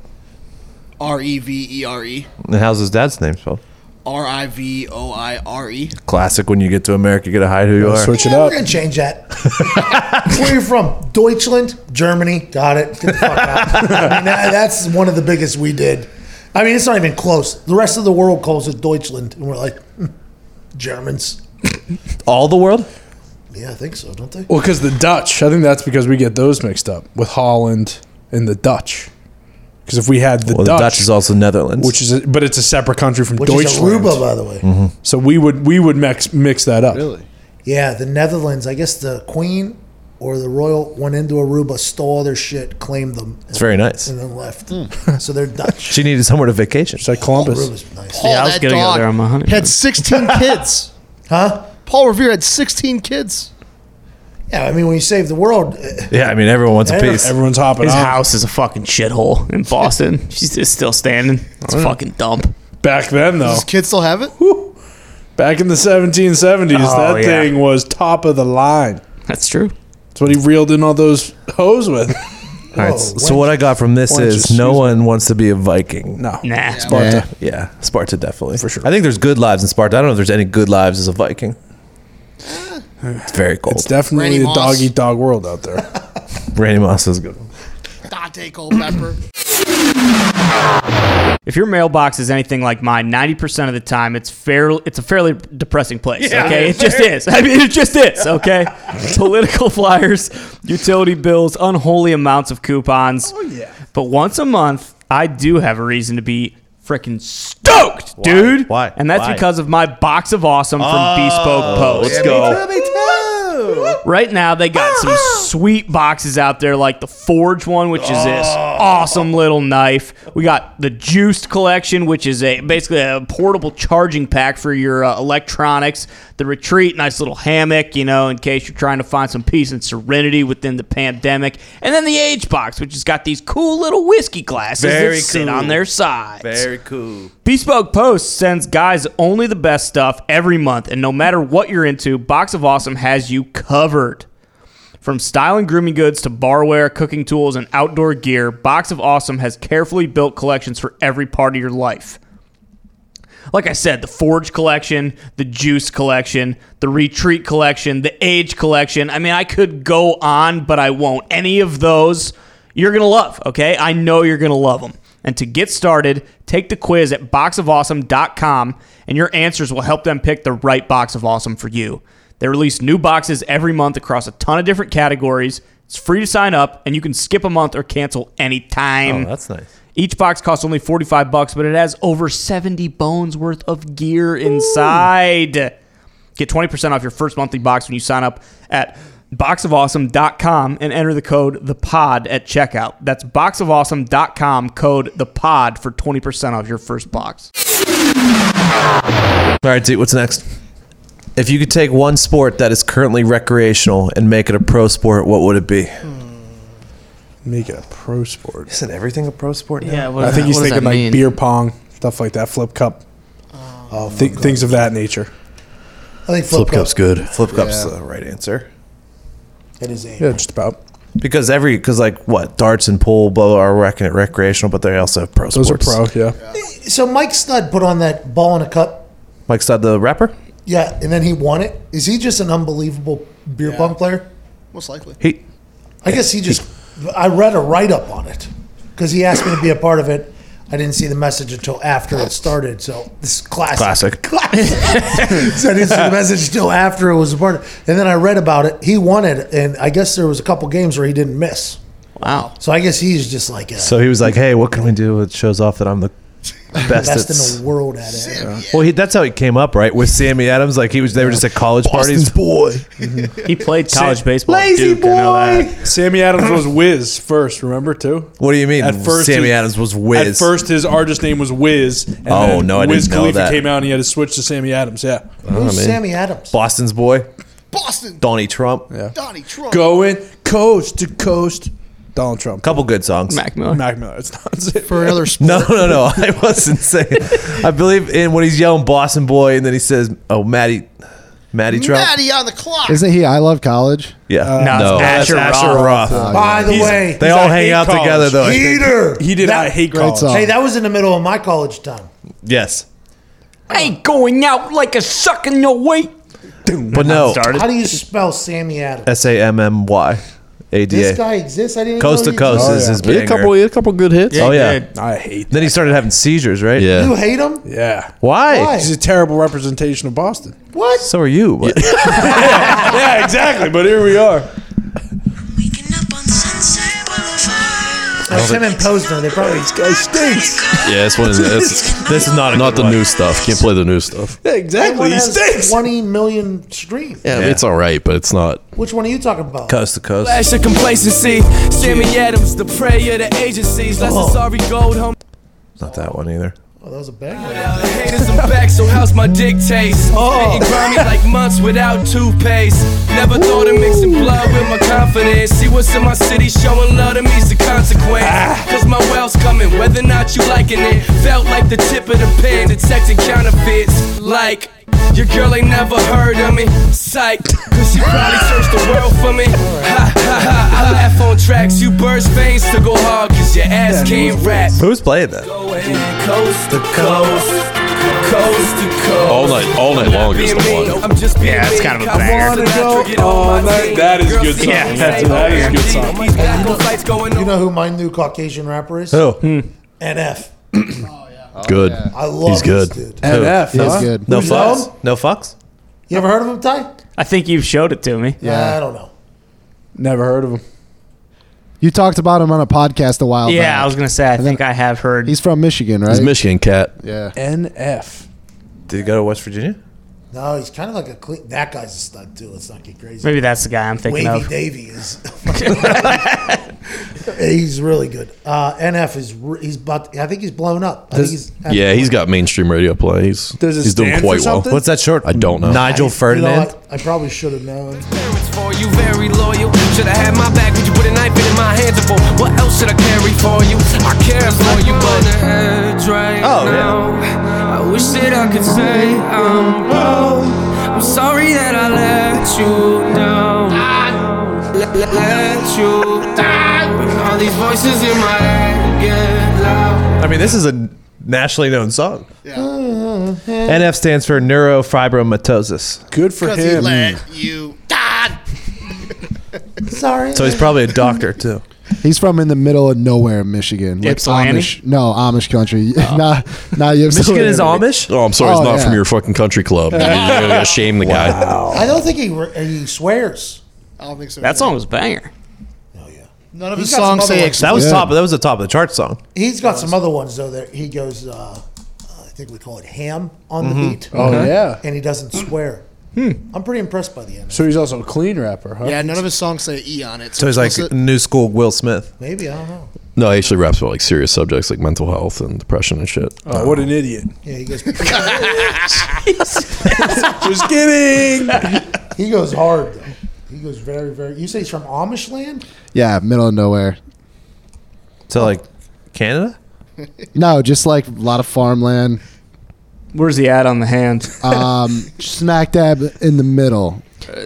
A: R E V E R E.
C: And how's his dad's name spelled?
A: R I V O I R E.
C: Classic. When you get to America, you gotta hide who you are.
B: Switch it
H: Yeah,
B: up.
H: we're gonna change that. [laughs] Where are you from? Deutschland, Germany. Got it. Get the fuck out. I mean, that, that's one of the biggest we did. I mean, it's not even close. The rest of the world calls it Deutschland, and we're like "Hmm, Germans.
C: All the world?
H: Yeah, I think so, don't they?
B: Well, because the Dutch, I think that's because we get those mixed up with Holland and the Dutch. Because if we had the
C: Well, the
B: Dutch,
C: Dutch is also Netherlands.
B: which is, a, but it's a separate country from
H: Which is
B: Deutschland.
H: Aruba, by the way.
B: so we would we would mix mix that up.
F: Really?
H: Yeah, the Netherlands. I guess the Queen or the royal went into Aruba, stole their shit, claimed them,
C: it's very nice.
H: and then left. so they're Dutch.
C: She needed somewhere to vacation.
B: It's like Columbus.
H: Aruba's nice,
A: Paul,
I: Yeah, I was
A: that
I: gonna go
A: dog
I: there on my honeymoon.
A: Had 16 kids.
H: [laughs] huh?
A: Paul Revere had 16 kids.
H: Yeah, I mean, when you save the world, eh,
C: Yeah, I mean everyone wants a
H: Every-
C: piece.
B: Everyone's hopping
D: His
B: on.
D: house is a fucking shithole in Boston. She's just still standing. It's a fucking dump.
B: Back then, though,
A: Does his kids still have it?
B: back in the 1770s,
D: Oh,
B: that
D: yeah.
B: thing was top of the line.
D: That's true.
B: That's what he reeled in all those hoes
I: [laughs]
B: with.
C: All right.
H: Whoa,
C: so what I got from this
B: Wenches,
C: is no
B: excuse
C: one wants to be a Viking.
B: No,
D: Nah.
B: Sparta.
C: Yeah, Sparta definitely for
B: sure.
C: I think there's good lives in Sparta. I don't know if there's any good lives as a Viking. It's very cold.
B: It's definitely
A: Randy
B: a
A: Moss.
B: dog eat dog world out there. [laughs]
C: Randy Moss is a good. One.
A: Dante Culpepper.
D: If your mailbox is anything like mine, ninety percent of the time, it's fair. It's a fairly depressing place. okay, it just is. [laughs] I mean, it just is. Okay, political flyers, utility bills, unholy amounts of coupons. Oh yeah. But once a month, I do have a reason to be freaking stoked, dude.
C: Why?
D: And that's
C: Why?
D: because of my box of awesome from Bespoke Post.
C: Let's go.
D: Right now, they got some
C: Ah.
D: sweet boxes out there, like the Forge one, which is this
C: Ah.
D: awesome little knife. We got the Juiced collection, which is a basically a portable charging pack for your uh, electronics. The Retreat, nice little hammock, you know, in case you're trying to find some peace and serenity within the pandemic. And then the Age Box, which has got these cool little whiskey glasses
C: Very
D: that sit
C: cool.
D: on their sides.
C: cool.
D: Bespoke Post sends guys only the best stuff every month, and no matter what you're into, Box of Awesome has you covered. From style and grooming goods to barware, cooking tools, and outdoor gear, Box of Awesome has carefully built collections for every part of your life. Like I said, the Forge collection, the Juice collection, the Retreat collection, the Age collection. I mean, I could go on, but I won't. Any of those you're going to love, okay? I know you're going to love them. And to get started, take the quiz at boxofawesome.com, and your answers will help them pick the right box of awesome for you. They release new boxes every month across a ton of different categories. It's free to sign up, and you can skip a month or cancel anytime.
C: Oh, that's nice.
D: Each box costs only 45 bucks, but it has over 70 bones worth of gear inside. Get 20% off your first monthly box when you sign up at boxofawesome.com and enter the code the pod at checkout. That's boxofawesome.com code the pod for 20% off your first box.
C: All right, dude. What's next? If you could take one sport that is currently recreational and make it a pro sport, what would it be?
B: Make it a pro sport.
C: Isn't everything a pro sport? Now?
I: Yeah, what
B: I
I: does
B: think
I: that-
B: he's
I: what does
B: thinking
I: that
B: like
I: mean?
B: beer pong, stuff like that, flip cup, oh, thi- things of that nature.
H: I think flip, cups.
E: good.
C: Flip cup's the right answer.
H: That is a
B: Yeah, just about.
C: Because every, because like what darts and pool, blah, blah, are reckon it recreational, but they also have pro
B: Those
C: sports.
B: are pro. Yeah.
H: So Mike Stud put on that ball in a cup.
C: Mike Stud, the rapper.
H: Yeah, and then he won it. Is he just an unbelievable beer pong player?
A: Most likely.
C: He
H: I guess he just. I read a write up on it because he asked me to be a part of it. I didn't see the message until after it started. So this is classic.
C: Classic.
H: Classic. [laughs] so I didn't see
C: [laughs]
H: the message until after it was a part. Of, and then I read about it. He won it, and I guess there was a couple games where he didn't miss.
I: Wow.
H: So I guess he's just like a,
C: So he was like, "Hey, what can we do that shows off that I'm the Best,
H: Best
C: it's-
H: in the world at it.
C: Well, he, that's how he came up, right? With Sammy Adams, like he was they were just at college parties.
E: boy.
D: He played
C: college
D: baseball.
B: Lazy boy. Sammy Adams was Wiz first, remember too?
C: What do you mean? Sammy
B: his-
C: Adams was Wiz.
B: At first, his artist name was Wiz. And
C: Oh,
B: then
C: no, I
B: Wiz
C: didn't know
B: Khalifa
C: that.
B: came out and he had to switch to Sammy Adams. Yeah.
C: Oh, man.
H: Sammy Adams?
C: Boston's boy.
A: Boston.
C: Donnie Trump.
B: Yeah.
A: Donnie Trump.
B: Going coast to coast. Donald Trump.
C: Couple good songs.
I: Mac Miller.
B: Mac Miller. It's [laughs] not it.
A: For another sport.
C: No, no, no. I wasn't saying. I believe in when he's yelling Boston boy, and then he says, "Oh, Matty, Matty Trump."
A: Maddie on the clock.
F: Isn't he? I love college.
C: Yeah.
D: No,
C: No,
D: it's
C: that's
D: Asher
C: Asher
D: Roth.
C: Roth.
H: By the way,
C: They all hang out together, though. I think.
H: Peter.
B: He did.
H: That-
B: I hate
F: Great
B: college.
F: song.
H: Hey, that was in the middle of my college time.
C: Yes.
I: I ain't going out like a suck in your weight.
C: But no.
D: Started.
H: How do you spell Sammy Adams?
C: S A M M Y A D
H: This
C: A.
H: guy exists. I didn't
C: Coast
H: know
C: to
H: he
C: coast
H: existed.
C: is
K: Oh,
C: his
E: He had
C: banger.
E: a couple, he had a couple good hits.
C: oh yeah.
D: did.
B: I hate.
C: Then he started having seizures, right?
E: yeah.
H: You hate him?
B: Yeah.
C: Why?
H: Why?
B: He's a terrible representation of Boston.
H: What?
C: So are you. but- [laughs]
B: yeah, exactly. But here we are.
K: Waking up on Sunset Boulevard.
H: That's him and Posner. They probably
K: [laughs]
E: Yeah, this one is. It's,
C: this is not a
E: not
C: good
E: the
C: one.
E: new stuff. Can't play the new stuff.
B: Yeah,
H: That one
B: exactly. He
H: has
B: stinks.
H: 20 million streams.
E: Yeah, it's all right, but it's not.
H: Which one are you talking about?
C: Coast to coast.
K: Flash of complacency. Sammy Adams, the prey of the agencies. Less than sorry gold, home.
C: Oh. Not that one either.
H: Oh, that was a banger. Oh.
K: Haters, I'm back, so how's my dick taste? Eating grimy like months without toothpaste. Never thought of mixing blood with my confidence. See what's in my city, showing love to me's the consequence.
B: Ah.
K: Cause my wealth's coming, whether or not you liking it. Felt like the tip of the pen, detecting counterfeits. Like, your girl ain't never heard of me. Psych, cause she probably searched the world for me. Ha ha ha, I laugh on tracks, you burst veins to go hard, cause your ass can't rap.
C: Who's playing that?
K: Going coast to coast, coast to coast.
E: All night- all night long is the one.
K: I'm just being
D: Yeah, it's
K: me.
D: kind of a
K: I
D: banger.
K: wanna
B: Go
K: get on
B: all
K: my
B: night.
K: team.
B: That is
K: Girls
B: good
K: see
B: song.
K: me,
B: That
K: say,
B: is- that
K: oh,
B: is
K: yeah.
B: good song.
K: These gospel fights going
H: You
K: on.
H: know who my new Caucasian rapper is?
C: Who?
H: NF.
E: Hmm. good.
H: I love
E: He's good.
H: this dude.
B: NF.
F: He is
B: huh?
F: good.
C: No
H: Who's
C: fucks.
H: Lone?
C: No fucks.
H: You ever heard of him, Ty?
D: I think you've showed it to me.
H: Yeah. I don't know.
B: Never heard of him.
F: You talked about him on a podcast a while
D: Yeah,
F: back.
D: I was gonna say. I think I have heard.
F: He's from Michigan, right?
E: He's Michigan cat.
F: yeah.
B: NF.
C: Did he go to West Virginia?
H: No, he's kind of like a clean. That guy's a stud, too. Let's not get crazy.
D: maybe that's the guy I'm thinking
H: Wavy
D: [laughs] of.
H: Davy is. [laughs] he's really good. Uh, NF is. Re- he's about. I think he's blown up. I think he's,
E: Yeah, he's got mainstream radio play. He's
B: Does it
E: he's doing
B: stand for
E: quite well.
B: something?
C: What's that short?
E: I don't know.
C: Nigel
H: You know,
C: Ferdinand.
H: I, I probably should have known.
K: Parents for you, very loyal. Should I have my back? Would you put a knife in my hands? For what else should I carry for you? I care for you, but
C: Oh, yeah.
K: I wish that I could say I'm wrong. I'm sorry that I let you down. Let, let, let you down. When all these voices in my head get loud.
C: I mean, this is a nationally known song. NF stands for neurofibromatosis.
B: Good for
A: Because he
B: him.
A: let you die.
H: Sorry.
C: So he's probably a doctor too.
F: He's from in the middle of nowhere, Michigan. Like
D: Ypsilanti?
F: Amish. No, Amish country. [laughs] not not Ypsilanti.
C: [laughs] Michigan is Amish.
E: Oh, I'm sorry, he's
F: Oh,
E: not
F: yeah.
E: from your fucking country club. You're
B: [laughs]
E: gonna shame the guy.
H: I don't think he re- he swears.
A: I don't think so.
I: That song was a banger.
A: Oh, None of
H: He's
A: his
H: got some
A: songs
H: other
A: say
H: ones.
A: ex-
C: That was
F: Yeah.
C: top. That was the top of the chart song.
H: He's got some other ones though that he goes. Uh, I think we call it ham on
A: Mm-hmm.
H: the beat.
B: Oh, yeah.
H: And he doesn't
A: Hmm.
H: swear. I'm pretty impressed by the end.
B: So he's also a clean rapper, huh?
A: Yeah, none of his songs say E on it.
C: So he's like
A: explicit.
C: new school Will Smith.
H: Maybe I don't know.
E: No, he actually raps about like serious subjects like mental health and depression and shit.
B: Oh, what an idiot.
H: Yeah, he
A: [laughs]
H: goes. [laughs]
B: Just kidding.
H: he goes hard. Though. He goes very very. You say he's from Amish land?
F: Yeah, middle of nowhere.
C: So like Canada.
F: No, just like a lot of farmland.
D: Where's he at on the hand?
F: Um, smack dab in the middle.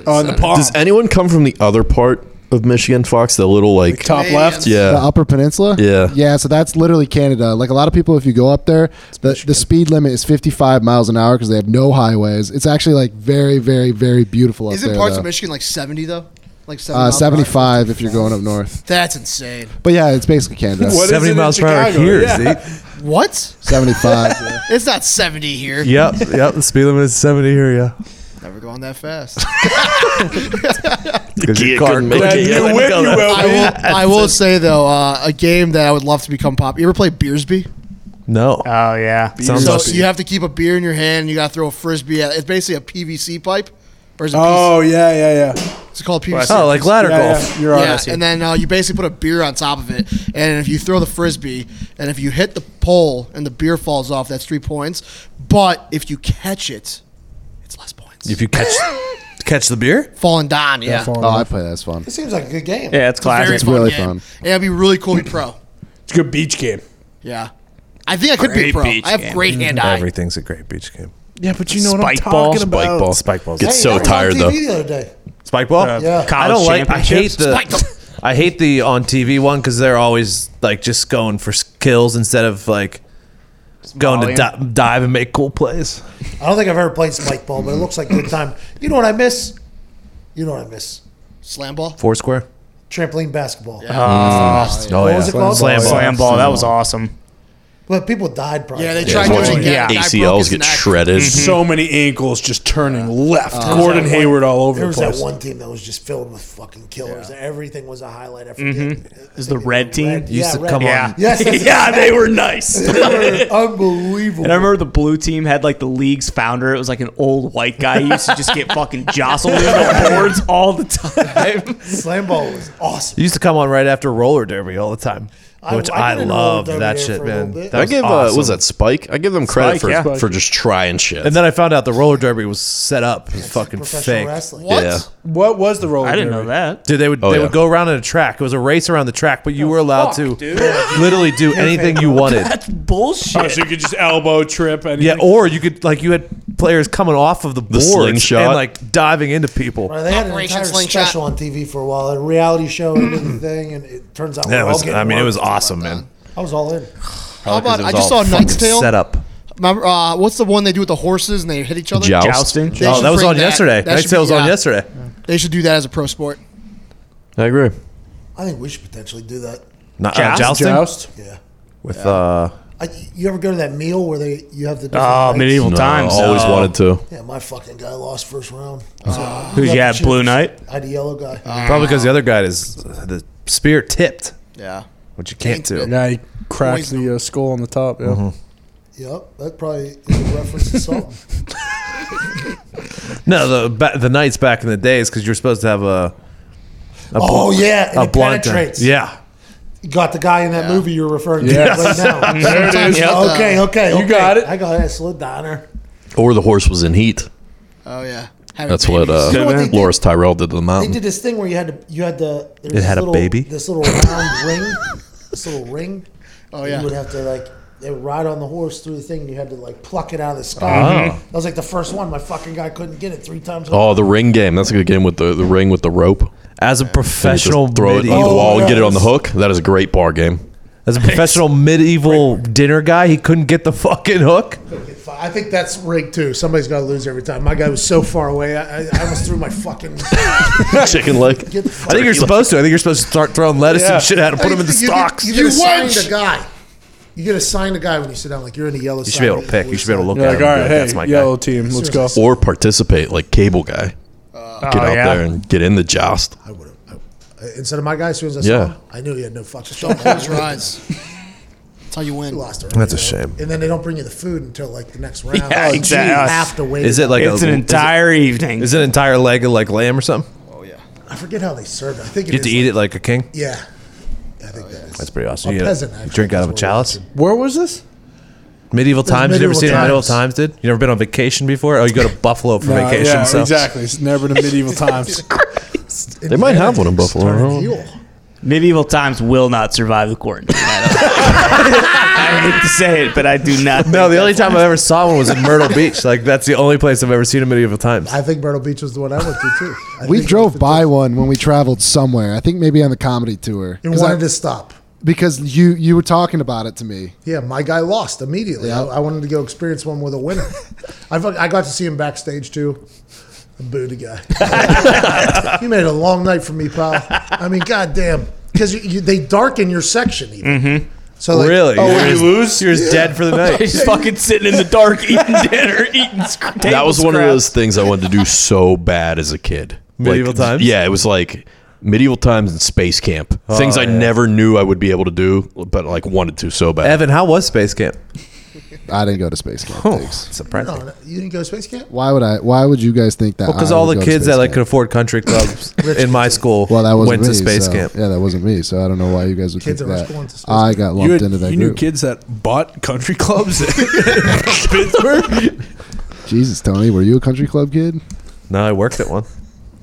B: On the palm.
E: Does anyone come from the other part of Michigan, Fox? The little like
B: Top left.
F: The
E: yeah,
F: Upper Peninsula.
E: Yeah.
F: Yeah. So that's literally Canada. Like a lot of people, if you go up there, the, the speed limit is 55 miles an hour because they have no highways. It's actually like very, very, very beautiful up
A: Isn't
F: there.
A: parts
F: though.
A: of Michigan like 70 though? Like 70
F: Uh,
A: miles an hour?
F: 75 if you're going up north.
A: That's insane.
F: But yeah, it's basically
E: [laughs]
F: Canada.
B: What is it
C: 70
B: in
C: miles per hour
B: Chicago?
C: here.
B: Yeah.
C: Z.
A: What?
F: 75. yeah.
A: It's not 70 here.
C: Yep. Yep. The speed limit is seventy here. Yeah.
A: Never going that fast.
C: Because
E: Kia couldn't make
B: That
E: it.
B: new whip you
A: I
B: will
A: will, I will say though, uh, a game that I would love to become pop. You ever play Beersby?
C: No.
D: Oh yeah.
C: Sounds
A: so
C: like
A: you have to keep a beer in your hand and you got to throw a frisbee at It's basically a PVC pipe. Or is it
B: Oh
A: piece-
B: yeah, yeah, yeah.
A: It's called PVC.
B: Oh, like ladder
A: Yeah,
B: golf.
A: Yeah,
B: You're on.
A: Yeah,
B: I see.
A: and then uh, you basically put a beer on top of it, and if you throw the frisbee, and if you hit the pole and the beer falls off, that's three points. But if you catch it,
C: If you catch catch the beer,
A: falling down, yeah.
F: oh, I play that. It's fun.
A: It seems like a good game.
C: Yeah, it's classic.
A: very
F: It's really fun.
A: game. And it'd be really cool to be pro.
B: It's a good beach game.
A: Yeah, I think I could be a
C: Great
A: pro.
C: beach
A: I have
C: game.
A: great hand eye.
C: Everything's a great beach game.
B: Yeah, but you know what I'm
C: Spike
B: talking
C: ball?
B: about.
C: Spike ball. Spike balls.
E: Get
C: Hey,
E: so
C: that's
E: tired though.
H: TV the other day.
C: Spike ball.
H: Yeah.
C: I don't
D: college
C: like. I hate
D: championships?
C: the. [laughs] I hate the on TV one because they're always like just going for kills instead of like going to
H: volume.
C: di- dive and make cool plays.
H: I don't think I've ever played spike ball, but it looks like good time. You know what I miss? You know what I miss?
A: Slam ball,
C: Foursquare.
H: trampoline basketball.
C: Oh,
H: Oh, What was it called?
C: Slam ball.
D: Slam ball. That was awesome.
H: But people died probably.
A: Yeah,
H: they
E: Yeah, it's watching ACLs get shredded.
B: So many ankles just turning left.
H: Uh, there was
B: Gordon
H: that
B: Hayward
H: one-
B: all over
H: There
B: the
H: was
B: place.
H: that one team that was just filled with fucking killers. Everything was a highlight. I forget.
D: Mm-hmm. Is the red team
H: Used to yeah, red. come
D: yeah.
H: on. Yes,
D: [laughs]
H: yes,
D: yeah,
H: yes.
D: they were nice.
H: [laughs] They were unbelievable.
D: And I remember the blue team had like the league's founder. It was like an old white guy. He used to just get fucking jostled
H: [laughs]
D: into boards all the time.
H: [laughs] Slam ball was awesome.
C: It used to come on right after roller derby all the time,
H: I-
C: which
H: I
C: I,
H: did roller
C: loved
H: derby
C: that
H: there
C: shit,
H: for a little
C: man.
H: bit.
C: That
E: I
C: was
E: give uh,
C: awesome.
E: was that Spike? I give them credit
C: Spike, yeah.
E: for for just trying shit.
C: And then I found out the roller derby was set up. It was fucking
B: professional
C: fake.
B: wrestling.
E: Yeah.
B: What was the roller? derby?
D: that.
C: Dude, they would
E: Oh,
C: they
E: yeah.
C: would go around in a track. It was a race around the track, but you were allowed to
B: fuck, dude.
H: [laughs]
C: literally do anything you wanted.
D: bullshit.
B: Oh, so you could just elbow trip and
C: Yeah, or you could like you had players coming off of the, boards
E: slingshot.
C: and like diving into people.
H: Right, they had an
A: Operation
H: entire
A: Slingshot.
H: special on TV for a while, a reality show and everything, and it turns out
C: Yeah,
H: we're
C: it
H: all
C: was,
H: getting
C: I mean, it
H: along.
C: was awesome, man.
H: I was all in.
A: How about I
C: Because it was
A: just saw
C: all
A: Knight's
C: fucking
A: Tale.
C: Set up. Oh,
A: Remember, uh, what's the one they do with the horses and they hit each other?
E: Joust. Jousting?
A: They
C: Oh,
A: should
C: that was
A: bring
C: on yesterday.
A: That
C: Knight's
A: should
C: Tale
A: be-
C: was on
A: yeah.
C: yesterday.
A: They should do that as a pro sport.
E: I agree.
H: I think we should potentially do that.
C: Not, uh,
D: Joust?
C: jousting.
B: Joust?
H: Yeah.
C: With uh,
H: I, you ever go to that meal where they you have the different
C: Ah,
D: Oh,
H: nights?
D: medieval
E: No,
D: times.
E: always
D: Oh.
E: wanted to.
H: Yeah, my fucking guy lost first round.
D: Who's you had, Blue Knight?
H: I had a yellow guy.
C: probably because the other guy is the spear tipped,
A: Yeah.
C: which you can't do.
B: Yeah, he cracked the uh, skull on the top. Yeah.
H: Yep, that probably is a reference to something.
C: No, the ba- the knights back in the days because you're supposed to have a. a
H: Oh,
C: bl-
H: yeah, and
C: a
H: it
C: blunt.
H: penetrates.
C: Yeah,
H: You got the guy in that movie you're referring to
B: Yes.
H: right now.
B: There it is.
H: Yeah, Okay, okay,
B: You
H: okay.
B: got it.
H: I got that slow downer.
E: Or the horse was in heat.
A: Oh yeah. Having
E: That's
A: babies.
E: what uh,
H: You know what they did?
E: Loris Tyrell did to the
H: They
E: mountain.
H: did this thing where you had to, you had the. there was
C: It
H: this
C: had a
H: little-
C: baby?
H: This little round ring, this little ring.
A: Oh
H: that
A: yeah.
H: You would have to like. They would ride on the horse through the thing, and you had to like pluck it out of the sky.
C: Oh.
H: That was like the first one. My fucking guy couldn't get it three times.
E: Oh, the ring game. That's a good game with the, the ring with the rope.
C: as a
E: Just
C: professional
E: throw it on the
C: medieval-
E: wall and get it on the
H: yes.
E: hook. That is a great
H: [laughs]
E: bar game.
C: As a professional medieval dinner guy, he couldn't get the fucking hook.
H: I think that's rigged too. Somebody's got to lose every time. My guy was so far away. I, I, I almost threw my
C: [laughs]
H: fucking.
E: Chicken leg.
H: Get the
C: I think you're supposed to. I think you're supposed to start throwing lettuce
B: Yeah.
C: and shit out and put them in the
H: You get-
C: stocks.
H: You
C: You,
H: get assigned
A: wench!
H: a guy. You get assigned a guy when you sit down. Like you're in the yellow.
C: should be able to pick. You should be able to look
B: You're
C: at
B: like,
C: it
B: all
C: and be
B: right,
C: like, That's my
B: hey, yellow team, let's go.
E: Or participate like Cable Guy.
C: Uh,
E: get
C: oh,
E: out there and get in the joust.
H: I would have. Instead of my guy, as soon as I
E: Yeah.
H: saw him, I knew he had no fucking shot.
A: Close your eyes. That's how you
H: He
A: win.
H: [laughs] lost it.
C: That's a shame.
H: And then they don't bring you the food until like the next
C: [laughs]
H: round. Oh,
D: Yeah,
H: you
D: exactly.
H: Have to wait.
C: Is it like
D: It's
C: a,
D: an entire evening.
C: Is it an entire leg of like lamb or something?
H: I forget how they serve it. I think it
C: You have to
H: is
C: eat it like a king.
H: like- Yeah. I think that is.
C: That's pretty awesome.
H: A
C: You get-
H: peasant,
C: you
H: actually,
C: drink out
H: is
C: of a
H: what it
C: chalice.
B: Where was this?
C: Medieval times. you never
H: medieval
C: seen a medieval
H: times.
C: times, dude? You never been on vacation before? Oh, you go to Buffalo for
B: Nah,
C: vacation.
B: yeah,
C: so.
B: exactly. It's never the medieval times.
E: They might have one in Buffalo. I don't know.
D: Medieval times will not survive the quarantine. I don't- [laughs] I hate to say it, but I do not.
C: [laughs] No,
D: think
C: the only time I ever saw one was
H: [laughs]
C: in Myrtle Beach. Like that's the only place I've ever seen a medieval times.
H: I think Myrtle Beach was the one I went to too. I
F: We
H: think
F: drove by one when we traveled somewhere. I think maybe on the comedy tour.
H: and
F: 'Cause I-
H: wanted to stop.
F: because you you were talking about it to me.
H: Yeah, my guy lost immediately. I, I wanted to go experience one with a winner. I fuck- I got to see him backstage too. I booed the [laughs] guy. you made it a long night for me, pal. I mean, goddamn, because you, you, they darken your section even. So like,
C: really?
H: Oh,
C: you lose? You're just
H: [laughs]
C: dead for the night.
D: He's fucking sitting in the dark, eating [laughs] dinner, eating. Sc-
C: [laughs]
E: That was one of those things I wanted to do so bad as a kid.
C: Medieval
E: Like,
C: times?
E: Yeah, it was like medieval times and space camp.
C: Oh,
E: Things I
C: yeah.
E: never knew I would be able to do, but like wanted to so bad.
C: Evan, how was space camp?
F: I didn't go to space camp.
B: [laughs]
C: Oh, surprising.
H: No, no, you didn't go to space camp.
F: Why would I? Why would you guys think that?
C: Because
F: I
C: all
F: would
C: the
F: go to
C: kids
F: space
C: that like
F: camp?
C: could afford
H: [laughs]
C: country clubs in my school
F: well, that wasn't
C: went
F: me,
C: to space
F: so-
C: camp.
F: Yeah, that wasn't me. So I don't know why you guys would
B: Kids
F: think
B: are
F: that.
B: going to space
F: I got lumped
B: you had-
F: into that
B: you knew
F: group.
B: kids that bought country clubs in [laughs] Pittsburgh.
F: Jesus, Tony, were you a country club kid?
C: No, I worked at one.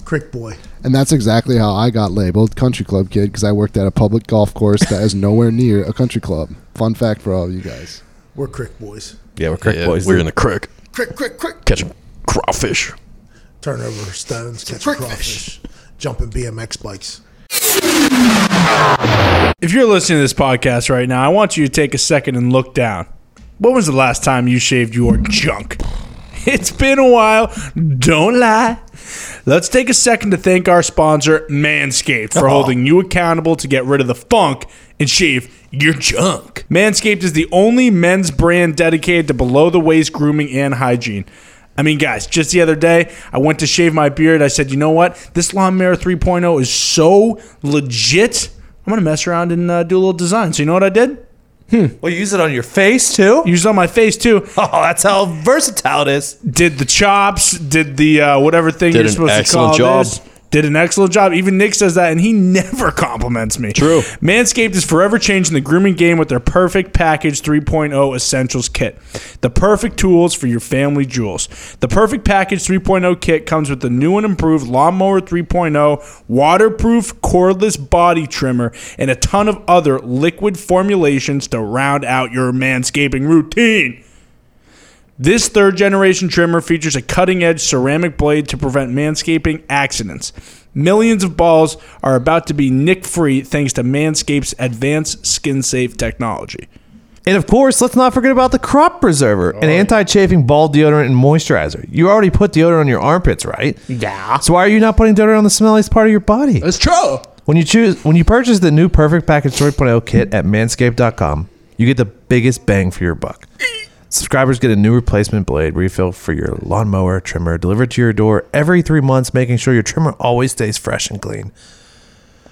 H: Crick boy.
F: And that's exactly how I got labeled country club kid because I worked at a public golf course that is nowhere near a country club. Fun fact for all of you guys.
H: We're crick boys.
C: Yeah, we're crick boys.
E: We're in the crick
H: Crick, crick, crick.
E: catching crawfish.
H: Turn over stones, catch crawfish, jumping BMX bikes.
B: If you're listening to this podcast right now, I want you to take a second and look down. When was the last time you shaved your junk? It's been a while. Don't lie. Let's take a second to thank our sponsor, Manscaped, for holding you accountable to get rid of the funk and shave your junk. Manscaped is the only men's brand dedicated to below the waist grooming and hygiene. I mean, guys, just the other day, I went to shave my beard. I said, you know what? This Lawnmower 3.0 is so legit. I'm going to mess around and uh, do a little design. So, you know what I did?
C: Well, you use it on your face too. [laughs]
B: Used it on my face, too.
C: Oh, that's how versatile it is.
B: did the chops, did the uh, whatever thing
E: Did
B: you're
E: an
B: supposed to
E: excellent
B: call
E: job.
B: this. Did an excellent job. Even Nick says that, and he [laughs] never compliments me.
E: True.
B: Manscaped is forever changing the grooming game with their Perfect Package 3.0 Essentials Kit. The perfect tools for your family jewels. The Perfect Package 3.0 kit comes with the new and improved Lawnmower 3.0, waterproof cordless body trimmer, and a ton of other liquid formulations to round out your manscaping routine. This third generation trimmer features a cutting edge ceramic blade to prevent manscaping accidents. Millions of balls are about to be nick free thanks to Manscaped's advanced skin safe technology.
C: And of course, let's not forget about the crop preserver,
B: Oh,
C: an anti-chafing ball deodorant and moisturizer. You already put deodorant on your armpits, right?
D: Yeah.
C: So why are you not putting deodorant on the smelliest part of your body?
B: It's true.
C: When you choose, when you purchase the new Perfect Package 3.0 kit at Manscaped.com, you get the biggest bang for your buck. Subscribers get a new replacement blade refill for your lawnmower trimmer delivered to your door every three months, making sure your trimmer always stays fresh and clean.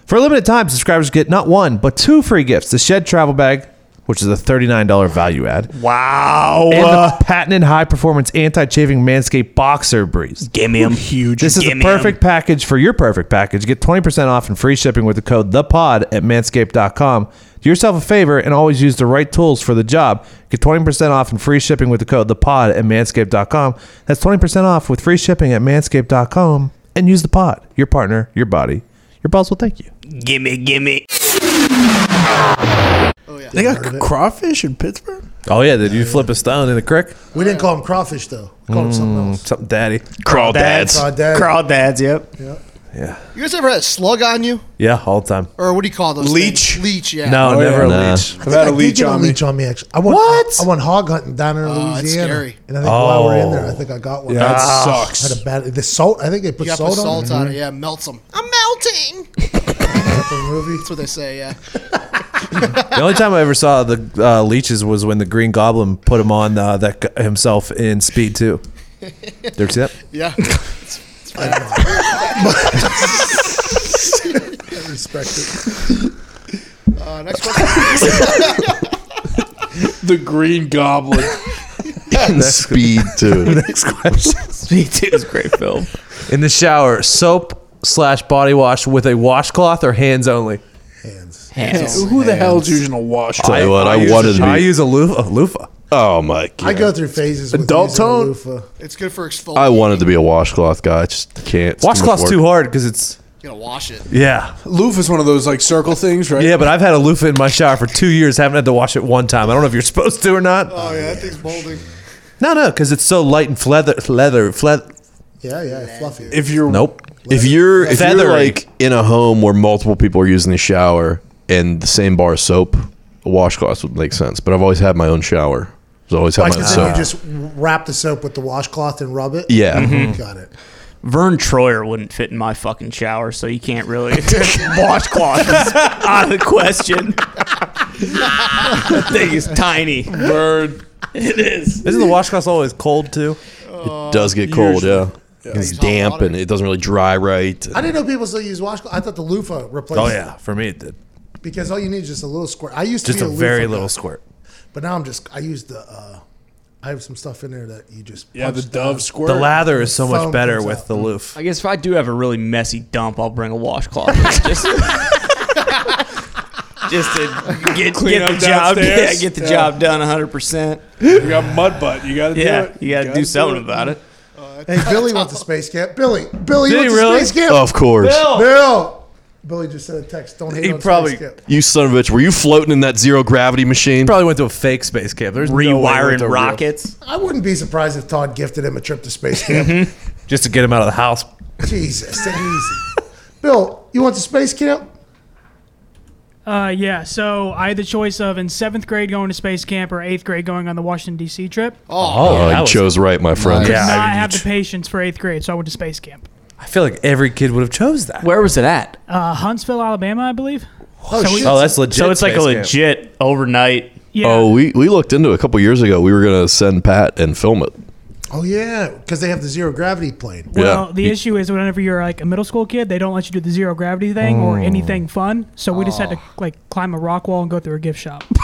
C: For a limited time, subscribers get not one but two free gifts: the Shed Travel Bag, which is a thirty-nine dollar value add,
D: Wow. Uh,
C: and the patented high-performance anti-chafing Manscaped Boxer Briefs.
D: Give me him. Huge.
C: This is the perfect package for your perfect package. Get 20% off and free shipping with the code THEPOD at manscaped.com. Do yourself a favor and always use the right tools for the job. Get 20% off and free shipping with the code THEPOD at manscaped.com. That's 20% off with free shipping at manscaped.com and use the pod. Your partner, your body, your balls will thank you.
D: Gimme, gimme.
B: They got crawfish in Pittsburgh?
C: Oh, yeah. Did you flip a stone in the creek?
H: We didn't call them crawfish though. We called them something else.
C: Something daddy.
E: Crawl dads.
H: Crawdads. dad.
D: Crawdads, yep.
A: You guys ever had a slug on you,
C: Yeah, all the time.
A: or what do you call those?
B: Leech?
A: things? Leech. Yeah.
C: No,
B: yeah.
C: never
E: Nah.
C: a leech.
B: I've had a
H: I did
B: leech
H: get
B: on me.
H: leech on me. Actually, I went,
C: What?
H: I, went hog hunting down there in
A: Oh,
H: Louisiana,
A: it's scary.
H: and I think while we were in there,
C: Oh.
H: I think I got one.
B: Yeah, that
C: Ah.
H: I
B: sucks.
H: had a bad. The salt. I think they put
A: You got to
H: salt,
A: put salt
H: on Mm-hmm.
A: on it. Yeah, it melts them. I'm melting.
H: it for the movie.
A: That's what they say.
H: [laughs]
A: Yeah.
C: the only time I ever saw the uh, leeches was when the Green Goblin put him on uh, that g- himself in Speed Two. Did you ever see that?
A: Yeah.
H: I respect it.
A: Uh, next question.
B: The
C: [laughs]
B: Green Goblin.
E: Speed too.
C: Next question.
I: Speed 2 is a great film.
C: In the shower, soap slash body wash with a washcloth or hands only.
H: Hands.
I: Hands.
B: Who the hell's using a wash?
E: Tell you what, I, wanted to
C: I
E: be.
C: use a loofah. A loofah.
E: Oh my
H: I
E: god.
H: go through phases. With
B: Adult
H: using a
B: tone?
H: loofah.
A: It's good for exfoliating.
E: I wanted to be a washcloth guy. I just can't. It's too much
C: Washcloth's
E: work.
C: too hard because it's
A: You gotta wash it.
C: yeah,
B: Loof is one of those like circle things, right?
C: yeah. But I've had a loofah in my shower for two years. Haven't had to wash it one time. I don't know if you're supposed to or not.
A: Oh yeah, that thing's molding.
C: no, no, because it's so light and leather, leather, leather.
H: Yeah, yeah, fluffy.
B: If you're
C: Nope.
E: If you're if you're
C: Feathery.
E: like in a home where multiple people are using the shower and the same bar of soap, a washcloth would make sense. But I've always had my own shower. I've always had
H: Like,
E: my own
H: then you
E: soap.
H: just Mm-hmm. wrap the soap with the washcloth and rub it.
E: Yeah.
H: Got it.
D: Vern Troyer wouldn't fit in my fucking shower, so you can't really. Washcloth is out of the question. that thing is tiny. Vern. It is.
C: Isn't the washcloth always cold too?
E: Does get cold, yeah. It's damp and it doesn't really dry right.
H: I didn't know people still use washcloth. I thought the loofah replaced.
E: Oh,
H: it.
E: yeah.
C: For me, it did.
H: because all you need is just a little squirt. I used
C: Just
H: to
C: a
H: be a,
C: very
H: loofah
C: little
H: guy,
C: squirt.
H: but now I'm just I use the. uh I have some stuff in there that you just
B: Yeah, the
H: punch
B: Dove
H: down.
B: squirt. The lather is so much
H: Foam
B: better
H: comes
B: with
H: out.
C: the loof.
D: I guess if I do have a really messy dump, I'll bring
I: [laughs]
D: a washcloth. just, [laughs] just to get,
I: Clean
D: get the
I: up
D: job, yeah,
I: downstairs.
D: get the
I: Yeah.
D: job done 100. percent
B: You got mud butt. You got to
D: Yeah,
B: do it.
D: you got to do something about it.
H: Hey, Billy went to space camp. Billy, Billy
E: Did
H: went
E: he
H: to
E: really? Oh.
H: space camp.
E: Of course.
H: Bill.
E: Bill!
H: Billy just sent a text. Don't hate
C: He
H: on
C: probably-
H: space camp.
E: You son of a bitch, were you floating in that zero gravity machine?
C: Probably went to a fake space camp. There's no way it went to a real-
H: I wouldn't be surprised if Todd gifted him a trip to space camp.
E: Mm-hmm.
C: just to get him out of the house.
H: Jesus, take it easy. Bill, you went to space camp?
L: Uh, yeah, so I had the choice of in seventh grade going to space camp or eighth grade going on the Washington, D.C. trip.
E: Oh, you chose right, my friend.
L: Did not
C: I,
L: have the patience for eighth grade, so I went to space camp.
C: feel like every kid would have chose that.
I: Where was it at?
L: Uh, Huntsville, Alabama, I believe.
H: Oh,
L: so we-
C: Oh, that's legit
D: So it's like a
C: space camp.
D: legit overnight.
L: Yeah.
E: Oh, we, we looked into it a couple years ago. We were going to send Pat and film it.
H: Oh yeah, because they have the zero gravity plane.
L: Well,
E: yeah.
L: the issue is whenever you're like a middle school kid, they don't let you do the zero gravity thing or anything fun. So we just had to like climb a rock wall and go through a gift shop. [laughs]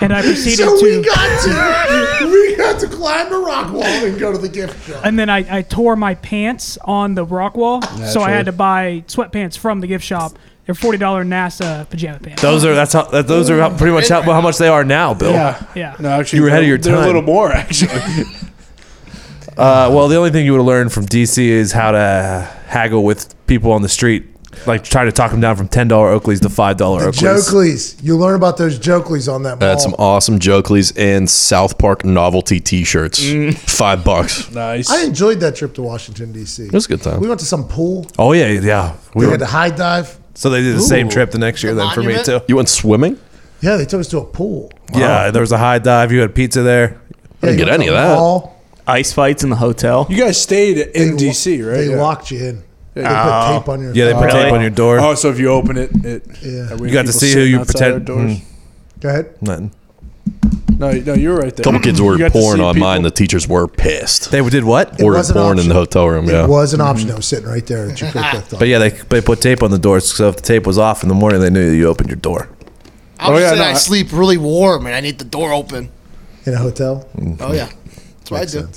L: and I proceeded
H: So
L: to.
H: [laughs] we got to we got to climb a rock wall and go to the gift shop.
L: and then I, I tore my pants on the rock wall, so I
C: Naturally.
L: had to buy sweatpants from the gift shop. They're forty dollar NASA pajama pants.
C: Those are that's how that, those are how, pretty much how, how much they are now, Bill.
B: Yeah.
L: Yeah.
B: No, actually,
C: You were ahead of
B: they're-
C: your
B: they're
C: time.
B: a little more, actually. [laughs]
C: Uh, well, the only thing you would have learned from DC is how to haggle with people on the street, like try to talk them down from ten dollar Oakleys to five dollar
H: The
C: Oakleys.
H: Jokleys. You learn about those Jokleys on that
E: I
H: mall.
E: had some awesome Jokleys and South Park novelty t shirts. [laughs]
B: Mm.
E: Five bucks.
B: nice.
H: I enjoyed that trip to Washington D.C. It
E: was a good time.
H: We went to some pool.
C: Oh yeah, yeah. We
H: We
C: were,
H: had to high dive.
C: so they did the same
H: Ooh.
C: trip the next year then for me too.
E: You went swimming?
H: Yeah, they took us to a pool.
C: Yeah, there was a high dive. You had pizza there.
E: I didn't get any of that.
H: All
D: Ice fights in the hotel.
B: You guys stayed in D.C., right?
H: they
B: Yeah. Ah.
H: locked you in. They
D: Oh.
H: put tape on your.
C: Yeah, they put
D: Really?
C: tape on your door.
B: Oh, so if you open it, it
H: Yeah.
B: we
C: You got to
B: have people
C: see who
B: sitting
C: you
B: outside
C: pretend- hmm.
B: our doors.
H: Go ahead.
C: Nothing.
B: No, no, you're right there.
E: couple kids
B: You
E: ordered
B: got to
E: porn
B: see
E: on
B: people.
E: mine. The teachers were pissed. [laughs]
C: They did what?
H: It
E: ordered
H: was an
E: porn in
H: option.
E: the hotel room.
H: It
E: yeah.
H: was an option. that was sitting right there that you
E: [laughs]
H: could have clicked on.
C: But yeah, they they put tape on the doors. So if the tape was off in the morning, they knew you opened your door.
A: I'm
B: Oh,
A: just
B: yeah,
A: saying
B: no,
A: I,
B: I-
A: sleep really warm and I need the door open.
H: in a hotel.
A: Oh yeah, that's what I do.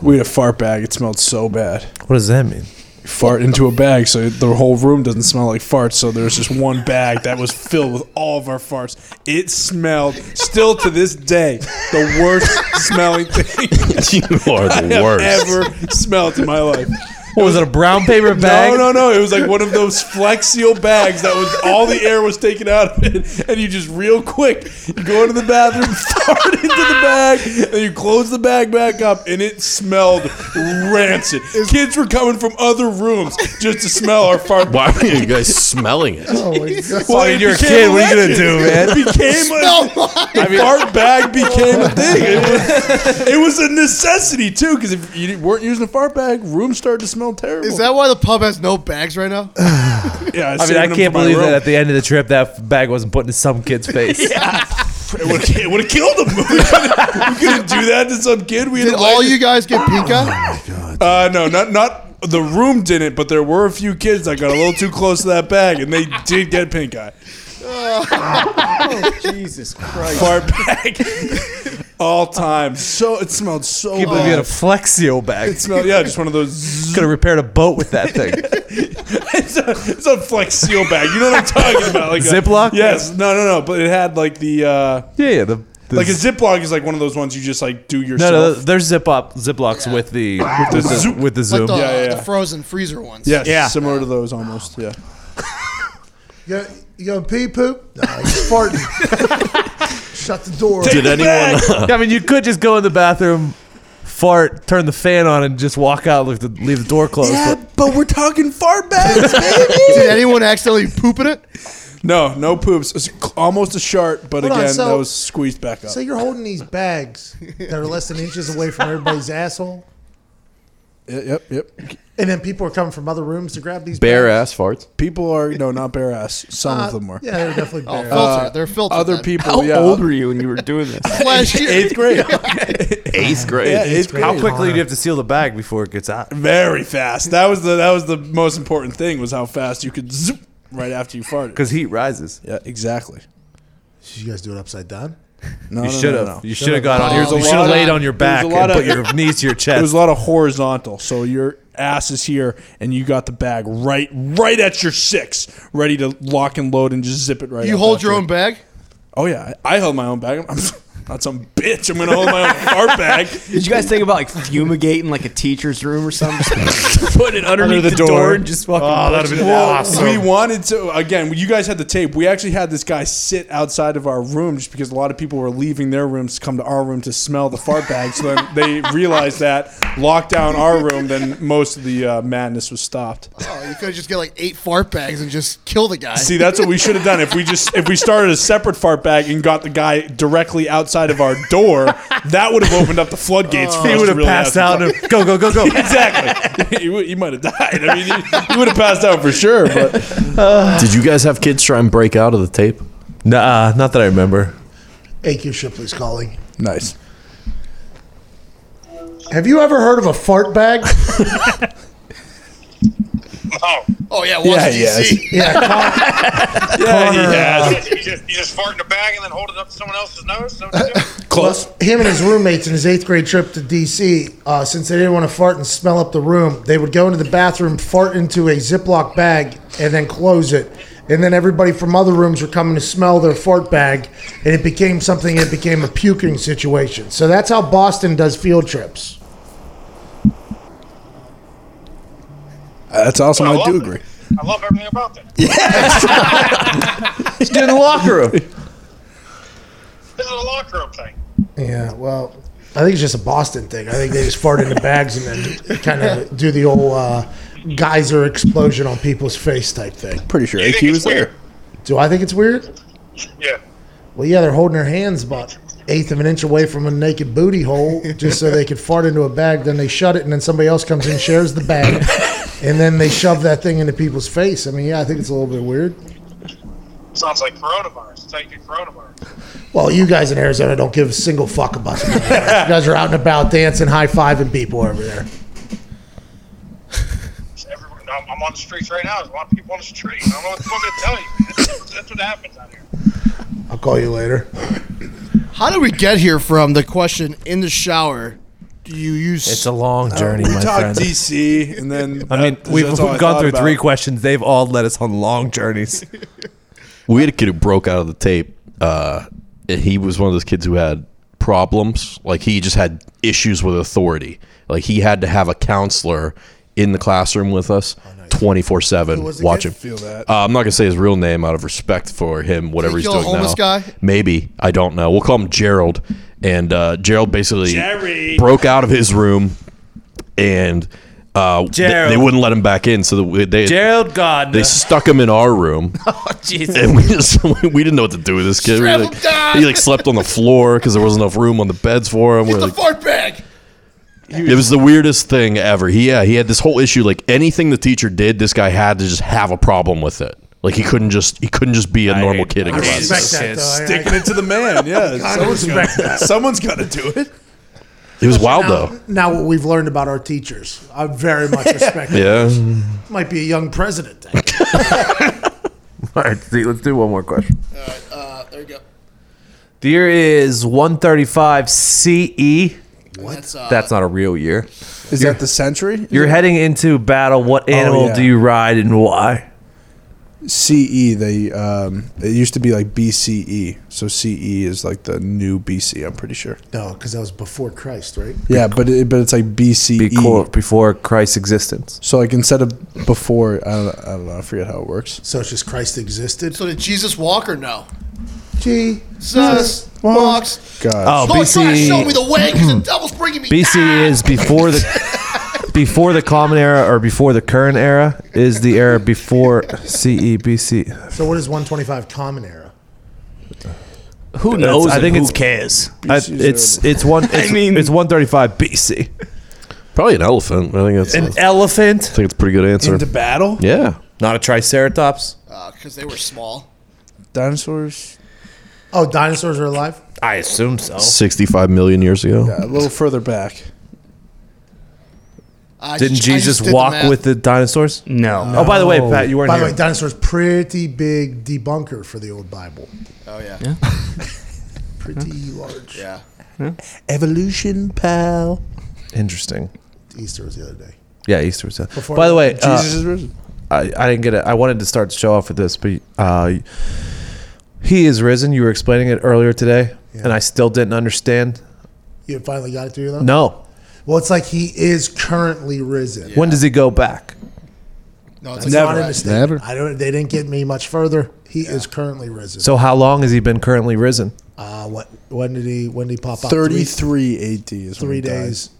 B: We had a fart bag. It smelled so bad.
C: What does that mean?
B: You fart into a bag, so the whole room doesn't smell like farts. So there's just one bag that was filled with all of our farts. It smelled, still to this day, the worst smelling thing
E: you are
B: [laughs]
E: the [laughs]
B: I've
E: worst.
B: ever smelled in my life.
C: What, was it a brown paper bag?
B: No, no, no. It was like one of those Flex Seal bags that was all the air was taken out of it. And you just real quick, you go into the bathroom, [laughs] fart into the bag, and you close the bag back up, and it smelled rancid. Kids were coming from other rooms just to smell our fart.
E: Why were you guys smelling it?
H: Oh my god.
B: Well,
C: mean,
B: it
C: you're a
B: became
C: kid, what are you
B: legend.
C: gonna do, man?
B: It became a, the fart bag became a thing.
C: [laughs]
B: It was, it was a necessity too, because if you weren't using a fart bag, rooms started to smell terrible.
A: [laughs] Is that why the pub has no bags right
B: [laughs]
A: now?
B: yeah,
C: I mean, I can't believe that at the end of the trip, that bag wasn't put in some [laughs] kid's face.
B: It would have killed him. [laughs] We couldn't, we couldn't do that to some kid. We
A: Did
B: invited-
A: all you guys get pika?
B: Uh, no, not not the room didn't, but there were a few kids that got a little too close to that bag, and they did get pink eye.
D: Oh, Jesus Christ.
B: Fart bag, all time. So it smelled so.
C: I believe you
B: bad.
C: had a Flexio bag.
B: It smelled yeah, just one of those.
C: Could have repaired a boat with that thing.
B: [laughs] it's, a, it's a flex seal bag. You know what I'm talking about? Like a-
C: Ziploc?
B: yes. No, no, no. But it had like the uh,
C: yeah, yeah. The, the-
B: like a ziploc is like one of those ones you just like do
C: no,
B: yourself.
C: no, there's zip up ziplocs with the with the,
B: zoop.
C: with the
A: Like
C: zoom.
A: the,
B: yeah, yeah.
A: the frozen freezer ones.
B: Yes,
D: Yeah.
B: similar to those almost. Yeah.
H: You gonna, you gonna pee poop? No,
E: [laughs]
H: he's farting. Shut the door.
E: Did anyone?
C: I mean, you could just go in the bathroom, fart, turn the fan on, and just walk out, leave the, leave the door closed.
B: but we're talking fart [laughs] bags,
A: Did anyone accidentally poop in it?
B: No, no poops. It's almost a shark, but
H: Hold on,
B: again,
H: so-
B: that was squeezed back up.
H: So you're holding these bags that are less than inches away from everybody's asshole.
B: Yep, yep.
H: And then people are coming from other rooms to grab these
E: Bare
H: bags.
E: ass farts.
B: People are no, not bare ass. Some
H: Uh,
B: of them were.
H: yeah, they're definitely
B: Uh,
H: bare ass. Filtered.
A: They're filtered
B: Other
A: then.
B: people.
A: How
B: yeah.
A: old were
D: you when you were doing this?
A: [laughs] Last year.
B: eighth grade.
E: Eighth grade.
B: Yeah, eighth grade.
C: How quickly do you have to seal the bag before it gets out?
B: Very fast. That was the that was the most important thing was how fast you could zoop right after you farted.
C: Because heat rises.
B: Yeah, exactly.
H: Did you guys do it upside down?
B: No,
C: you
B: no, no,
C: should have.
B: no, no.
C: You should have got on your.
B: There
C: You
B: was a
C: should
B: lot
C: have
B: of-
C: laid on your
B: there was
C: back
B: a lot
C: and put
B: of-
C: your knees to your
B: [laughs] There was
C: chest.
B: a lot of horizontal, so your ass is here, and you got the bag right, right at your six, ready to lock and load and just zip it right.
A: You
B: up
A: hold
B: after
A: your
B: it.
A: own bag?
B: Oh yeah, I I held my own bag. I'm [laughs] not some bitch. I'm gonna hold my own [laughs]
I: [laughs]
B: fart bag.
I: Did you guys think about like fumigating like a teacher's room or something?
D: [laughs]
I: Just
D: put it
I: underneath the, door. and just fucking.
C: Oh,
I: push it.
B: Well, We wanted to again. You guys had the tape. We actually had this guy sit outside of our room just because a lot of people were leaving their rooms to come to our room to smell the fart bag. So then they realized that locked down our room. Then most of the uh, madness was stopped.
A: Oh, you could just get like eight fart bags and just kill the guy.
B: See, that's what we should have done. If we just if we started a separate fart bag and got the guy directly outside of our door, that would have opened up the floodgates. for
C: Oh. He
B: us
C: would
B: to
C: have
B: really
C: passed
B: have
C: out.
B: to-
C: And, go go go
D: [laughs]
C: go.
B: exactly. [laughs] He, would- he might have died. I mean, he, he would have passed out for [laughs] sure.
C: [laughs]
B: But
E: Did you guys have kids try and break out of the tape?
C: Nah, not that I remember.
H: AQ Shipley's calling.
B: nice.
H: Have you ever heard of a fart bag?
E: [laughs]
A: Oh yeah, once
B: Yeah,
A: DC.
C: [laughs]
B: yes.
H: yeah, Con-
B: Yeah, he
H: Connor,
B: has.
M: you, just, you just fart in a bag and then hold it up to someone else's nose? Is that what you do?
B: Close.
H: him and his roommates in his eighth grade trip to DC, uh, since they didn't want to fart and smell up the room, they would go into the bathroom, fart into a Ziploc bag, and then close it. And then everybody from other rooms were coming to smell their fart bag, and it became something. It became a puking situation. So that's how Boston does field trips.
B: That's awesome.
M: I
B: I, do
M: love it.
B: agree.
M: I love everything about that.
C: He's in the locker room.
M: This is a locker room thing.
H: Yeah, well, I think it's just a Boston thing. I think they just fart into bags and then kind of do the old uh, geyser explosion on people's face type thing.
B: Pretty sure
M: You think
B: AQ
M: it's
B: was there.
H: Do I think it's weird?
M: Yeah.
H: Well, yeah, they're holding their hands about eighth of an inch away from a naked booty hole just so they could fart into a bag. Then they shut it, and then somebody else comes in, shares the bag, and then they shove that thing into people's face. I mean, yeah, I think it's a little bit weird.
M: Sounds like coronavirus. That's how you get coronavirus.
H: Well, you guys in Arizona don't give a single fuck about it. You guys are out and about dancing, high fiving people over there.
M: It's everywhere. I'm, I'm on the streets right now. There's a lot of people on the street. I don't know what the fuck to tell you. man. That's, that's what happens out here.
H: I'll call you later.
A: How did we get here from the question in the shower? Do you use
C: It's a long journey,
B: We
C: my
B: talked
C: friend.
B: DC, and then
C: I mean,
B: that-
C: we've,
B: that's all I
C: we've gone
B: thought
C: through
B: about.
C: three questions. They've all led us on long journeys.
E: We had a kid who broke out of the tape. Uh, and he was one of those kids who had problems. Like he just had issues with authority. Like he had to have a counselor in the classroom with us, twenty four seven,
H: was the kid?
E: watching.
B: Feel that.
E: Uh, I'm not gonna say his real name out of respect for him, whatever he's
A: kill a
E: doing
A: homeless
E: now.
A: guy?
E: Maybe I don't know. We'll call him Gerald. And uh, Gerald basically
B: Jerry.
E: broke out of his room, and uh, th-
C: Gerald.
E: they wouldn't let him back in. So that we- they
C: Gerald God.
E: they stuck him in our room.
A: [laughs] Oh,
E: And we just [laughs] we didn't know what to do with this kid. We
A: Strap
E: like-
A: him down.
E: he like slept on the floor because there wasn't enough room on the beds for him. We were
A: the
E: like-
A: fart bag?
E: it was the weirdest thing ever. He yeah, he had this whole issue. Like anything the teacher did, this guy had to just have a problem with it. Like he couldn't just he couldn't just be a normal kid in
B: I
E: class.
B: respect
H: that, though. I-
B: Sticking it to the man. [laughs] Yeah, someone's
H: respect
B: gotta- someone's got to do it.
E: It was wild though.
H: Now, what we've learned about our teachers, I very
E: [laughs]
H: much respect. them.
E: Yeah.
H: Might be a young president. Then.
C: all right, see, let's do one more question.
A: Uh, there you go.
C: The year is 135 CE.
A: That's, uh,
C: That's not a real year.
B: Is that the century?
C: You're heading into battle. What animal
B: yeah.
C: do you ride and why?
B: CE. They um, it used to be like BCE, so CE is like the new BC. I'm pretty sure.
H: No, because that was before Christ, right?
B: Yeah, but it, but it's like BCE.
C: Before, E, before Christ's existence.
B: So like instead of before, I don't, I don't know. I forget how it works.
H: So it's just Christ existed.
A: So did Jesus walk or no?
H: Jesus
A: Jesus walks.
B: God.
C: Oh,
A: Lord, try to show me
C: BC.
A: the Ah! way because the devil's bringing me.
C: BC
A: [laughs]
C: is before the before the common era or before the current era is the era before E, CE BC.
H: So what is 125 Common Era?
D: Who knows?
C: I
D: I
C: think
D: think who
C: it's-
D: cares.
C: I, it's it's one it's,
D: mean-
C: it's 135 BC.
E: Probably an elephant. I think that's
C: An elephant. I
E: think it's a pretty good answer.
B: Into battle?
E: Yeah.
C: Not a triceratops.
A: because Uh, they were small.
B: Dinosaurs?
H: Oh, dinosaurs are alive?
C: I assume so.
H: Oh.
E: Sixty-five million years ago.
B: Yeah, a little further back.
A: I
C: Didn't
A: just- I just
C: Jesus
A: did the
C: walk
A: math.
C: with the dinosaurs?
D: No.
C: Oh, by the way, Pat, you weren't
H: By
C: here.
H: the way, dinosaurs pretty big debunker for the old Bible.
A: Oh yeah.
H: [laughs] pretty large.
A: Yeah.
C: Evolution, pal. Interesting.
H: Easter was the other day.
C: Yeah, Easter was.
H: Before
C: By the way, uh,
H: Jesus is risen.
C: I, I didn't get it. I wanted to start the show off with this, but uh, he is risen. You were explaining it earlier today, and I still didn't understand.
H: You finally got it through though?
C: No.
H: Well, it's like he is currently risen.
C: When does he go back?
H: No, it's
C: That's
H: like
C: never.
H: never, not a mistake.
C: Never.
H: I don't. They didn't get me much further. He is currently risen.
C: So how long has he been currently risen?
H: uh, what? When did he? When did he pop up?
B: Thirty-three AD is when
H: three
B: he died.
H: days.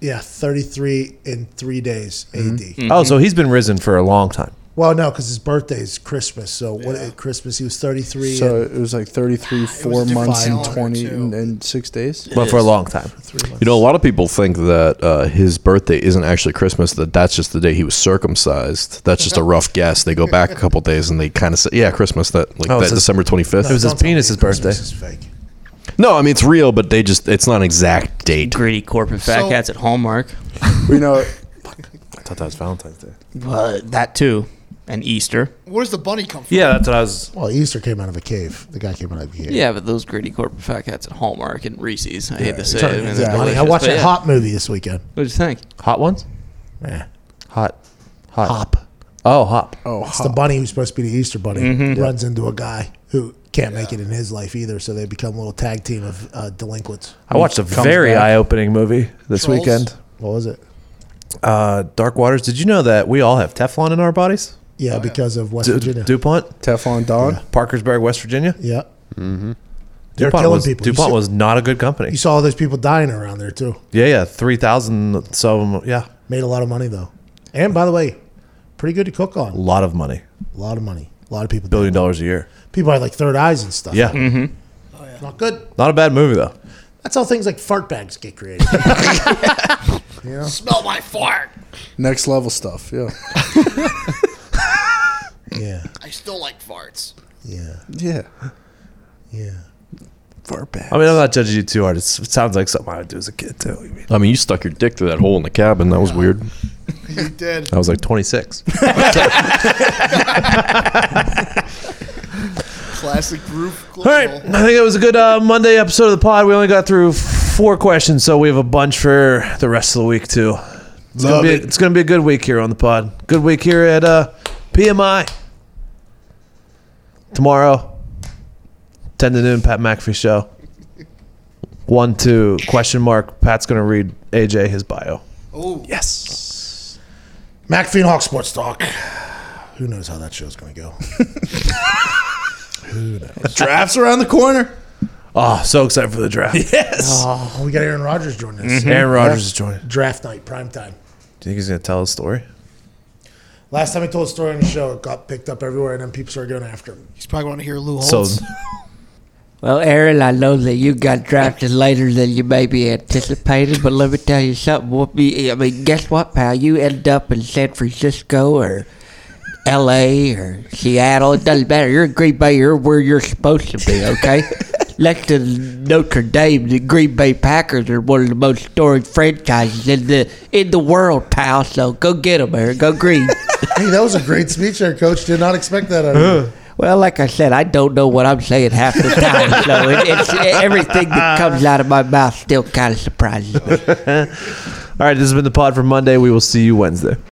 H: Yeah, thirty-three in three days AD.
C: Oh, so he's been risen for a long time.
H: Well, no, because his birthday is Christmas. So what? At Christmas, he was thirty-three.
B: So
H: and- Ah,
B: it was like 33, four
H: was
B: months and
H: defiled,
B: 20 and, and six days.
C: But for a long time.
E: You know, a lot of people think that uh, his birthday isn't actually Christmas. That that's just the day he was circumcised. That's just a rough guess. They go back a couple days and they kind of say, "Yeah, Christmas." That like that
C: Oh, it was his-
E: December twenty fifth.
C: It was his penis's birthday.
E: No, I mean it's real, but they just it's not an exact date.
I: Greedy corporate fat
E: So-
I: cats at Hallmark.
B: We
F: [laughs]
B: know.
C: I thought that was Valentine's Day.
I: But that too, and Easter.
A: Where does the bunny come from?
C: Yeah, that's what I was.
H: Well, Easter came out of a cave. The guy came out of a cave.
I: Yeah, but those greedy corporate fat cats at Hallmark and Reese's. I hate to say
H: Sorry,
I: it. I mean,
H: exactly.
I: they're
H: I
I: delicious,
H: watched
I: but
H: a
I: yeah.
H: hot movie this weekend.
I: What'd you think?
C: Hot ones?
H: Yeah.
C: Hot. Hot.
H: Hop.
C: Oh, hop.
B: Oh,
H: It's the bunny who's supposed to be the Easter bunny
I: Mm-hmm.
C: Mhm.
H: runs into a guy who can't make it in his life either. So they become a little tag team of uh, delinquents.
C: I watched a
H: Comes
C: very
H: back.
C: eye-opening movie this
H: Trolls?
C: weekend.
H: What was it?
C: Uh, Dark Waters. Did you know that we all have Teflon in our bodies?
I: Oh,
H: Yeah, because of West
C: Du-
H: Virginia.
C: DuPont,
B: Teflon Don,
C: Parkersburg, West Virginia.
H: Yeah.
C: Mm-hmm.
H: They're
C: DuPont
H: killing
C: was,
H: people. You
C: DuPont
H: see-
C: was not a good company.
H: You saw all those people dying around there too.
C: Yeah, yeah, three thousand. So yeah,
H: Made a lot of money though. And by the way, pretty good to cook
C: a
H: on.
C: lot of
H: A
C: money,
H: lot of money. A lot of people.
C: billion dollars a year.
H: People had like third eyes and stuff.
C: Yeah, mm-hmm.
H: Not good.
C: not a bad movie though.
H: That's how things like fart bags get created.
A: Smell my fart.
B: Next level stuff. Yeah.
H: [laughs] yeah.
A: I still like farts.
H: Yeah.
B: Yeah.
H: Yeah.
B: Fart back.
C: I mean, I'm not judging you too hard. It's, it sounds like something I would do as a kid too.
E: I mean, you stuck your dick through that hole in the cabin. That was weird.
A: You did.
E: I was like 26.
A: Classic roof.
C: All right, I think it was a good uh, Monday episode of the pod. We only got through four questions, so we have a bunch for the rest of the week too. It's
B: Love
C: gonna be
B: it.
C: it's gonna be a good week here on the pod. Good week here at uh, PMI. Tomorrow, ten to noon, Pat McAfee show. One two question mark. Pat's gonna read AJ his bio.
A: Oh
B: yes.
H: McAfee and Hawk Sports Talk. Who knows how that show's going to [laughs] go? Who knows?
B: Drafts around the corner.
C: Oh, so excited for the draft.
B: Yes.
H: Oh, we got Aaron Rodgers joining us.
C: Mhm. Aaron Rodgers is joining.
H: Draft night, prime time.
C: Do you think he's gonna tell his story?
H: Last time I told a story on the show, it got picked up everywhere, and then people started going after him.
A: He's probably going to hear Lou
C: So-
A: Holtz.
I: Well, Aaron, I know that you got drafted later than you maybe anticipated, but let me tell you something. We'll be, I mean, guess what, pal? You end up in San Francisco or L.A. or Seattle. It doesn't matter. You're in Green Bay. You're where you're supposed to be, okay? Next to Notre Dame, the Green Bay Packers are one of the most storied franchises in the in the world, pal. So go get them, Aaron. Go Green.
H: hey, that was a great speech there, Coach. Did not expect that out of you.
I: Well, like I said, I don't know what I'm saying half the time, so it, it's, everything that comes out of my mouth still kind of surprises me.
C: All right, this has been the pod for Monday. We will see you Wednesday.